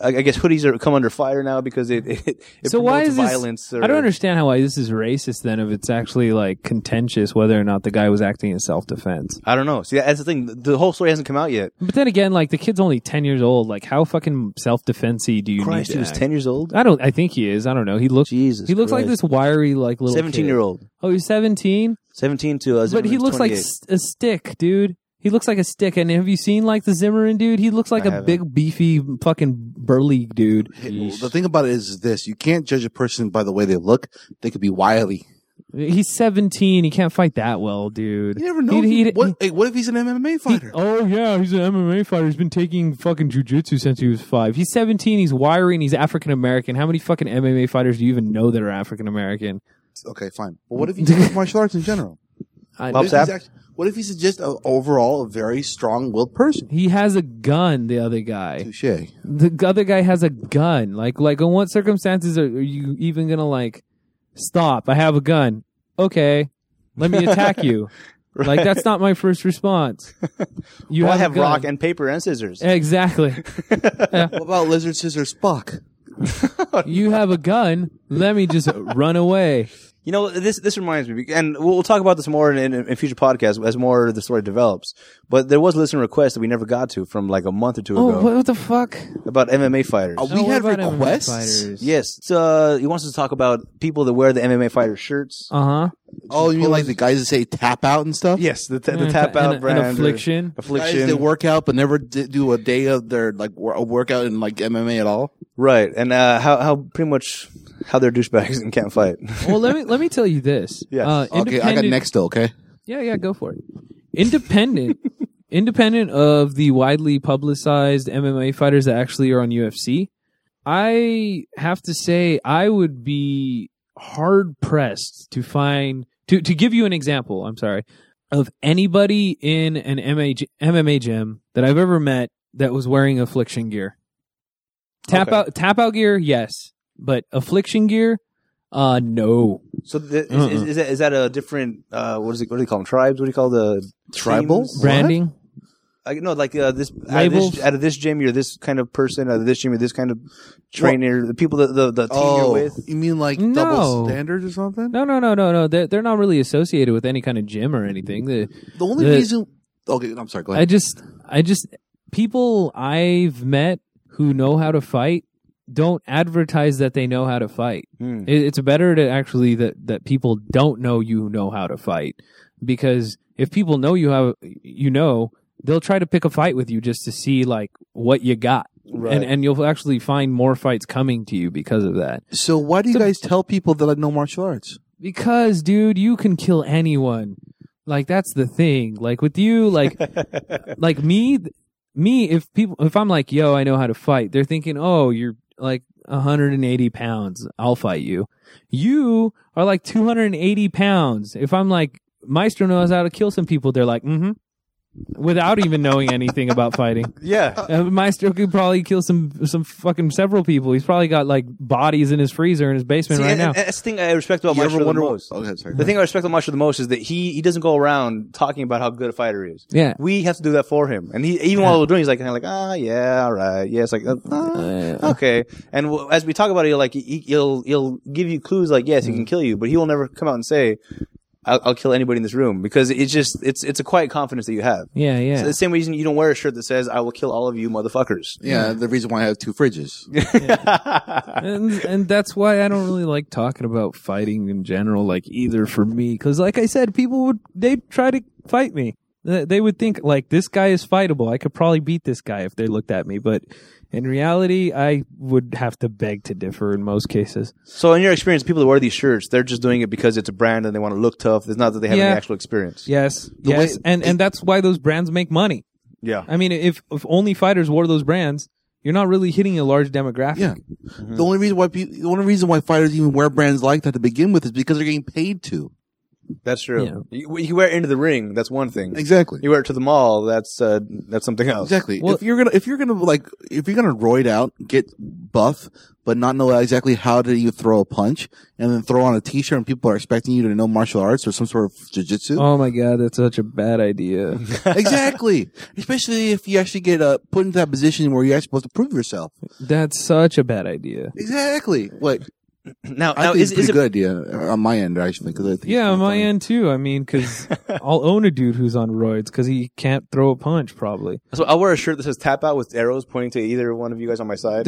I, I guess hoodies are come under fire now because it it, it
so why
promotes
is this,
violence. Or,
I don't understand how why this is racist then if it's actually like contentious whether or not the guy was acting in self defense.
I don't know. See, that's the thing. The whole story hasn't come out yet.
But then again, like the kid's only ten years old. Like how fucking self defensey do you
Christ,
need?
he
to
was
act?
ten years old.
I don't. I think he is. I don't know. He looks.
Jesus,
he looks like this wiry, like little
seventeen year old.
Oh, he's seventeen,
17 to uh,
but he
Zimmerman's
looks like
28.
s- a stick, dude. He looks like a stick. And have you seen like the Zimmerman dude? He looks like
I
a
haven't.
big, beefy, fucking burly dude.
Well, the thing about it is this: you can't judge a person by the way they look. They could be wily.
He's seventeen. He can't fight that well, dude.
You never know.
He- he-
what, hey, what if he's an MMA fighter?
Oh yeah, he's an MMA fighter. He's been taking fucking jujitsu since he was five. He's seventeen. He's wiry and he's African American. How many fucking MMA fighters do you even know that are African American?
okay, fine. But what if he does martial arts in general?
Bob
What if he's
Sapp?
act- what if he's just a, overall a very strong-willed person?
He has a gun. The other guy.
Touche.
The g- other guy has a gun. Like like in what circumstances are, are you even gonna like stop? I have a gun. Okay, let me attack you. Like that's not my first response. You
Well, I
a
have
gun.
rock and paper and scissors.
exactly.
What about lizard, scissors, fuck?
You have a gun. Let me just run away.
You know, this this reminds me, and we'll we'll talk about this more in, in, in future podcasts as more of the story develops. But there was a listener request that we never got to from like a month or two
Oh,
ago
what, what the fuck?
about MMA fighters.
Oh, we
what
had
about MMA
requests?
fighters?
Yes, it's, uh, he wants us to talk about people that wear the MMA fighter shirts.
Uh huh.
Oh, you mean like the guys that say tap out and stuff?
yes, the, ta- the tap out
an,
brand, or
affliction.
Guys
affliction,
that work out but never d- do a day of their like wor- a workout in like MMA at all.
right? And uh, how how pretty much how they're douchebags and can't fight.
well, let me let me tell you this.
Yes.
Uh,
Okay, I got
independent-
next though. Okay,
Yeah, yeah, go for it. Independent, independent of the widely publicized MMA fighters that actually are on UFC, I have to say I would be hard pressed to find to to give you an example. I'm sorry of anybody in an MA, g- MMA gym that I've ever met that was wearing affliction gear. Tap
Okay.
out tap out gear, yes, but affliction gear, uh, no.
so th- is, is,
Uh-uh.
is, that, is that a different? Uh, what is it? What do you call them? Tribes? What do you call the
Tribal?
teams?
Branding.
I no, like uh, this out, of
Labels?
this out of this gym, you're this kind of person. Out of this gym, you're this kind of trainer. the people that the, the team
Oh.
you're with.
you mean like
No.
double standards or something?
No, no, no, no, no. They're, they're not really associated with any kind of gym or anything. The-
The only
The-
reason. Okay, I'm sorry. Go
I
ahead.
just, I just, people I've met who know how to fight don't advertise that they know how to fight.
Hmm.
It, it's better to actually that that people don't know you know how to fight because if people know you have you know they'll try to pick a fight with you just to see like what you got.
Right.
And and you'll actually find more fights coming to you because of that.
so why do you guys tell people that I know martial arts?
Because, dude, you can kill anyone. Like that's the thing. Like with you, like like me, th- me. If people, if I'm like, yo, I know how to fight, they're thinking, oh, you're like 180 pounds. I'll fight you. You are like 280 pounds. If I'm like Maestro knows how to kill some people, they're like, mm-hmm. without even knowing anything about fighting.
Yeah.
Uh, Maestro could probably kill some some fucking several people. He's probably got like bodies in his freezer in his basement right
and,
now.
and that's the thing I respect about
You
Maestro
ever
the
wonder what?
most.
Okay, sorry.
The thing I respect about Maestro the most is that he he doesn't go around talking about how good a fighter he is.
Yeah.
we have to do that for him. And he even while we're doing, it, he's like kind of like ah yeah all right yeah it's like uh, ah, okay. And w- as we talk about it, he'll like he, he'll he'll give you clues like yes he
Mm-hmm.
can kill you, but he will never come out and say. I'll, I'll kill anybody in this room because it's just it's it's a quiet confidence that you have.
yeah, yeah.
It's the same reason you don't wear a shirt that says "I will kill all of you, motherfuckers."
Yeah, the reason why I have two fridges.
and and that's why I don't really like talking about fighting in general, like either for me, because like I said, people would they try to fight me. They they would think like this guy is fightable. I could probably beat this guy if they looked at me, but in reality, I would have to beg to differ in most cases.
So, in your experience, people that wear these shirts, they're just doing it because it's a brand and they want to look tough. It's not that they have
Yeah.
any actual experience.
Yes, yes,
way-
and and that's why those brands make money.
Yeah.
I mean, if if only fighters wore those brands, you're not really hitting a large demographic.
Yeah. The only reason why people, the only reason why fighters even wear brands like that to begin with is because they're getting paid to.
That's true.
Yeah.
You, you wear it into the ring, that's one thing.
Exactly.
You wear it to the mall, that's uh, that's something else.
Exactly.
Well-
if you're gonna, if you're gonna like, if you're gonna roid out, get buff, but not know exactly how to you throw a punch, and then throw on a t-shirt, and people are expecting you to know martial arts or some sort of jujitsu.
Oh my god, that's such a bad idea.
exactly. Especially if you actually get uh, put into that position where you're actually supposed to prove yourself.
that's such a bad idea.
Exactly. What
Now,
I
now
think
is,
it's a
is it,
pretty good idea uh, on my end, actually. Cause I think it's
Yeah, on
kinda
my
funny.
end too. I mean, because I'll own a dude who's on roids because he can't throw a punch, probably.
so I'll wear a shirt that says tap out with arrows pointing to either one of you guys on my side.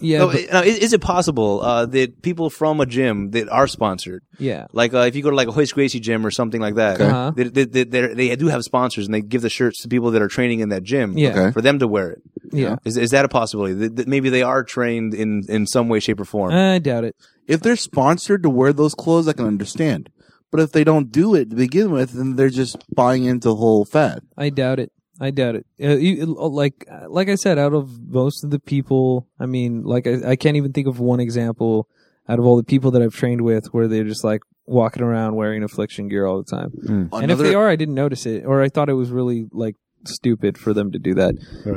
Yeah,
no,
but-
i- uh, now, is, is Oh, it possible uh, that people from a gym that are sponsored,
yeah.
like uh, if you go to like a Hoist Gracie gym or something like that,
Uh-huh.
they, they, they, they're- they do have sponsors and they give the shirts to people that are training in that gym
Yeah. Okay.
for them to wear it?
Yeah.
Is, is that a possibility? That, that maybe they are trained in, in some way, shape, or form.
I doubt it.
If they're sponsored to wear those clothes, I can understand. But if they don't do it to begin with, then they're just buying into the whole fad.
I doubt it. I doubt it. Uh, you, like, like I said, out of most of the people, I mean, like I, I can't even think of one example out of all the people that I've trained with where they're just like walking around wearing affliction gear all the time. and if they are, I didn't notice it, or I thought it was really like stupid for them to do that.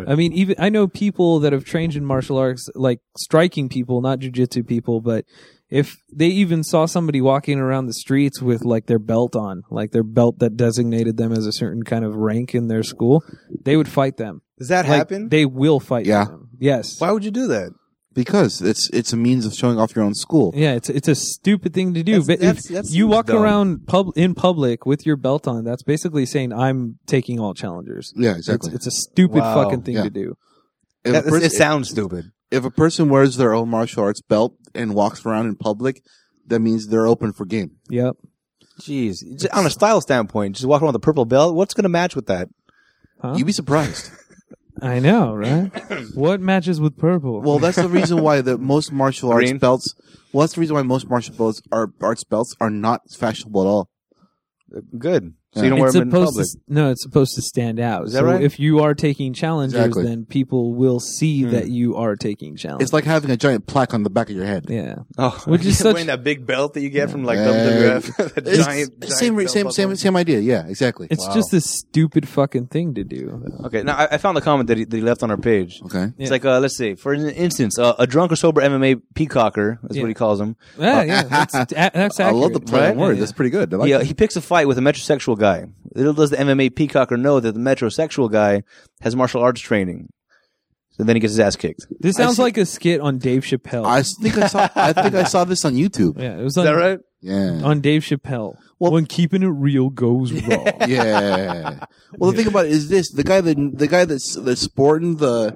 I mean, even I know people that have trained in martial arts, like striking people, not jujitsu people, but if they even saw somebody walking around the streets with like their belt on, like their belt that designated them as a certain kind of rank in their school, they would fight them.
Does that
Like,
happen?
They will fight.
Yeah.
Them. Yes.
Why would you do that?
because it's it's a means of showing off your own school.
Yeah, it's it's a stupid thing to do.
That's-
but
that's-
if
that
you
seems
walk
dumb.
around pub in public with your belt on, that's basically saying I'm taking all challengers.
Yeah,
It's,
exactly.
it's a stupid
Wow.
fucking thing
Yeah.
to do.
if,
That-
a person,
it sounds stupid.
if a person wears their own martial arts belt and walks around in public, that means they're open for game.
Yep.
Jeez, Just on a style standpoint, just walk around with a purple belt. What's going to match with that?
Huh?
You'd be surprised.
I know, right? what matches with purple?
Well, that's the reason why the most martial arts
Green.
belts. Well, that's the reason why most martial belts are arts belts are not fashionable at all.
Good. So you
Yeah.
don't wear
it's
them in
supposed to
public.
s- no, it's supposed to stand out.
Is that
so
right?
if you are taking challengers,
Exactly.
then people will see
Hmm.
that you are taking challenges.
It's like having a giant plaque on the back of your head.
yeah.
Oh,
Which is such-
wearing that big belt that you get from like
Yeah.
WWF. that
It's
giant, giant
same, re
belt
same,
buckle.
same, same idea. Yeah, exactly.
It's just a stupid fucking thing to do.
Okay, now I, I found the comment that he, that he left on our page.
okay.
Yeah.
It's like, uh, let's see, for an instance, uh, a drunk or sober MMA peacocker, that's
Yeah.
what he calls him.
Yeah, yeah. That's, that's accurate.
I love the play
Right?
on words.
Yeah,
That's pretty good. I like
yeah,
that.
uh, he picks a fight with a metrosexual guy. Little does the MMA peacocker know that the metrosexual guy has martial arts training. So then he gets his ass kicked.
This sounds like a skit on Dave Chappelle.
I think I saw. I think I saw this on YouTube.
yeah, it was on,
Yeah.
on Dave Chappelle. when keeping it real goes wrong.
yeah. Well, the thing about it is this: the guy that the guy that's that's sporting the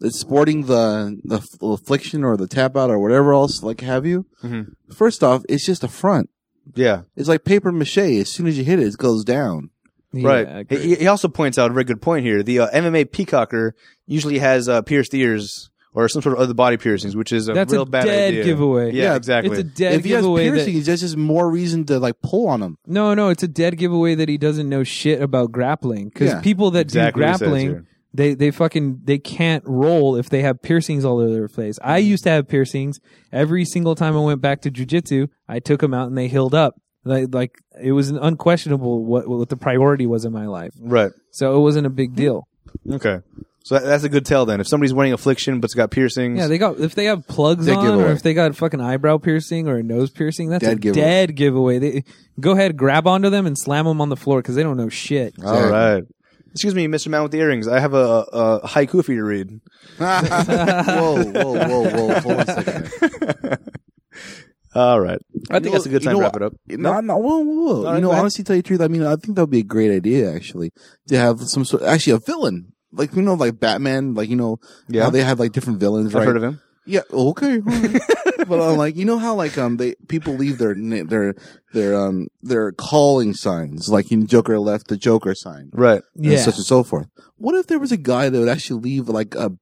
that's sporting the the affliction or the tap out or whatever else, like have you? First off, it's just a front.
Yeah,
It's like paper mache. As soon as you hit it, it goes down.
Yeah,
right.
great.
he, he also points out a very good point here. The uh, MMA peacocker usually has uh, pierced ears or some sort of other body piercings, which is a
That's a
real bad
dead
idea.
giveaway.
Yeah,
Yeah,
exactly.
It's a dead
if he has
giveaway. that-
piercings, that's just more reason to like pull on him.
no, no, it's a dead giveaway that he doesn't know shit about grappling. Because
Yeah.
people that
Exactly
do
what it says
grappling,
here.
they, they fucking they can't roll if they have piercings all over their face.
Mm-hmm.
I used to have piercings. Every single time I went back to jujitsu, I took them out and they healed up. Like, like it was an unquestionable what what the priority was in my life.
Right.
So it wasn't a
Hmm.
big deal.
Okay. So that, that's a good tell then. If somebody's wearing affliction but's got piercings,
Yeah, they got if they have plugs
Dead
on, or
giveaway.
if they got fucking eyebrow piercing or a nose piercing, that's
Dead
a
giveaway.
dead giveaway. They go ahead, grab onto them and slam them on the floor because they don't know shit.
All right. Excuse me, Mr. Man with the earrings. I have a, a haiku for you to read.
whoa, whoa, whoa, whoa! Hold on a second. there.
All right. I think
You know-
that's a good
you
time
know
to wrap
what-
it up.
No, no, whoa, whoa, whoa.
All right,
you know,
go ahead.
honestly, tell you the truth. I mean, I think that would be a great idea actually to have some sort, actually a villain, like you know, like Batman, like you know,
Yeah.
how they have like different villains.
I've
right?
heard of him.
Yeah, okay. all right. but I'm like, you know how like um they people leave their na- their their um their calling signs, like in Joker left the Joker sign,
Right.
Yeah,
and such and so forth. What if there was a guy that would actually leave like a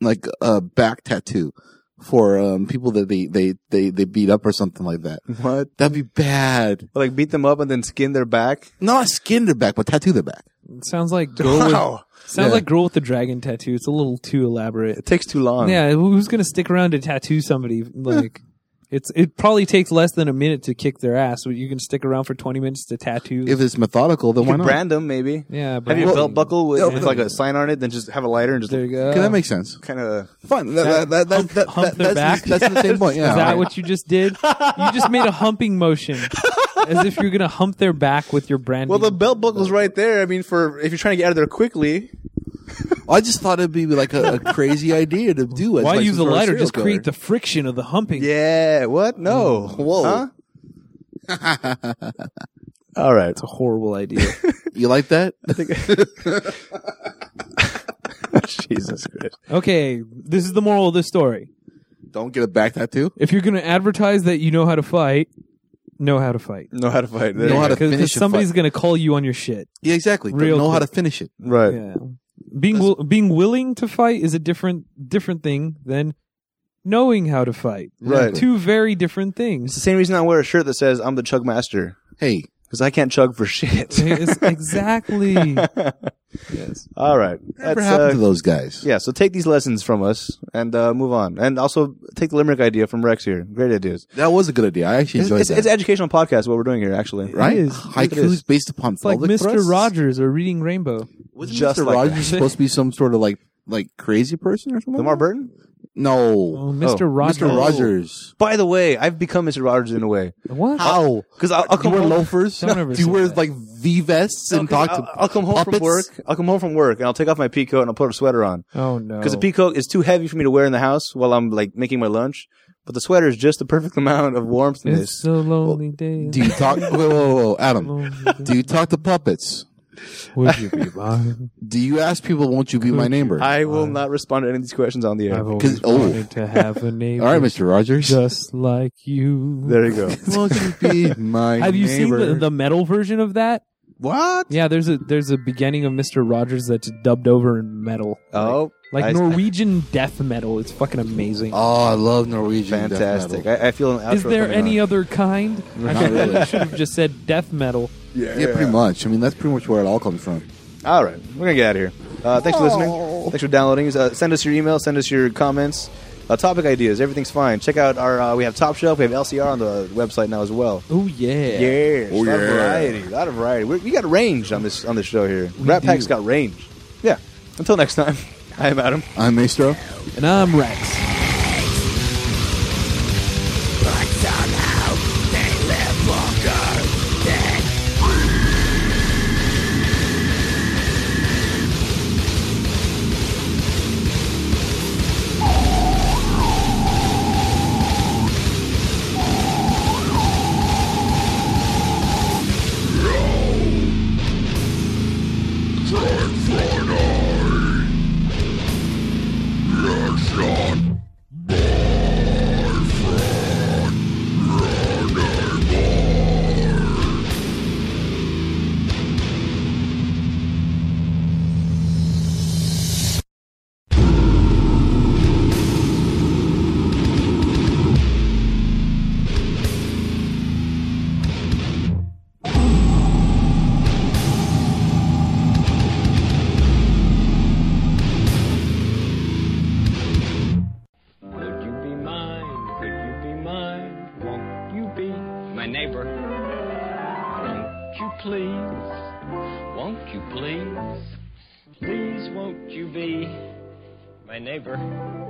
like a back tattoo for um people that they they they they beat up or something like that?
What?
That'd be bad.
Like beat them up and then skin their back.
Not skin their back, but tattoo their back.
sounds like girl with, sounds
Yeah.
like girl with the dragon tattoo. It's a little too elaborate.
It takes too long.
Yeah, who's gonna stick around to tattoo somebody like? It's it probably takes less than a minute to kick their ass. but You can stick around for twenty minutes to tattoo.
If it's methodical, then
You
why
could
not?
brand them maybe. Have
yeah,
your
Brandon.
belt buckle with,
Yeah,
with
but-
like a sign on it, then just have a lighter and just
There you go.
Okay, that makes sense.
kind of
Fine. That, that, that, that,
Hump-
that,
hump their
that's,
back?
that's the same point. Yeah.
Is that what you just did? You just made a humping motion, as if you're gonna hump their back with your brand.
Well, the belt buckle's right there. I mean, for if you're trying to get out of there quickly,
I just thought it'd be like a, a crazy idea to do. as,
Why
like,
use a
some sort of
lighter?
serial
Just create
killer.
the friction of the humping.
yeah. What? No.
whoa.
Huh? All right.
It's a horrible idea.
You like that?
I think. Jesus Christ.
okay, this is the moral of this story.
Don't get a back tattoo.
If you're gonna advertise that you know how to fight, know how to fight.
Know how to fight. There
Know
you
how
go.
to
Because
finish a
somebody's gonna call you on your shit.
Yeah, exactly. Don't
Real
know how to
quick.
finish it.
Right.
Yeah. Being will, being willing to fight is a different different thing than knowing how to fight.
Right.
Two very different
It's the
things.
same reason I wear a shirt that says "I'm the Chug Master"
Hey,
because I can't chug for shit.
It's exactly.
All right.
whatever
That's, uh,
happened to those guys?
yeah. So take these lessons from us and uh, move on, and also take the limerick idea from Rex here. Great ideas.
That was a good idea. I actually
It's,
enjoyed
it's,
that.
it's an educational podcast. What we're doing here, actually.
right?
is.
It is.
Haikus based upon
It's like
pelvic
Mr.
thrusts?
Rogers or Reading Rainbow.
Wasn't
Just
Mr.
like
Rogers
that.
supposed to be some sort of like like crazy person or something?
Lamar
like that?
Burton.
Oh,
No,
Mr. Rogers.
Mr. Rogers.
By the way, I've become Mr. Rogers in a way
What?
How?
because I'll, I'll
Do
come
you wear
home.
loafers?
Don't ever
Do you
say
wear
that.
like V vests and talk to?
I'll, I'll come home
puppets?
from work. I'll come home from work and I'll take off my pea coat and I'll put a sweater on
Oh no.
because the pea coat is too heavy for me to wear in the house while I'm like making my lunch. But the sweater is just the perfect amount of warmth. In
It's
this.
a lonely day.
Do you talk? whoa, whoa, whoa, Adam.
Lonely
Do you talk to puppets?
day. Would you be mine?
Do you ask people, "Won't you be my neighbor"?
I will not respond to any of these questions on the air.
I've always
oh.
wanted to have a neighbor
All right, Mr. Rogers.
just like you.
There you go.
Won't you be my
Have you
neighbor?
seen the, the metal version of that?
what?
Yeah, there's a there's a beginning of Mr. Rogers that's dubbed over in metal.
Oh,
Like
I-
Norwegian death metal. It's fucking amazing.
Oh, I love Norwegian. death
fantastic!
metal.
I, I feel an outro.
Is there
coming
any
on.
other kind? I
Not
should,
really.
I should have just said death metal.
Yeah, pretty much. I mean, that's pretty much where it all comes from.
All right, we're gonna get out of here. Uh, thanks for listening. Thanks for downloading. Uh, send us your email. Send us your comments. Uh, topic ideas. Everything's fine. Check out our. Uh, we have Top Shelf. We have LCR on the website now as well.
Oh yeah.
Yeah,
Oh,
a lot of
yeah.
variety, a lot of variety. We're, we got range on this on this show here. Rat
do.
Pack's got range. Yeah. Until next time, I am Adam.
I'm Maestro.
And I'm Rex.
Would you be mine? Could you be mine? Won't you be my neighbor? please? Won't you please? Please won't you be my neighbor?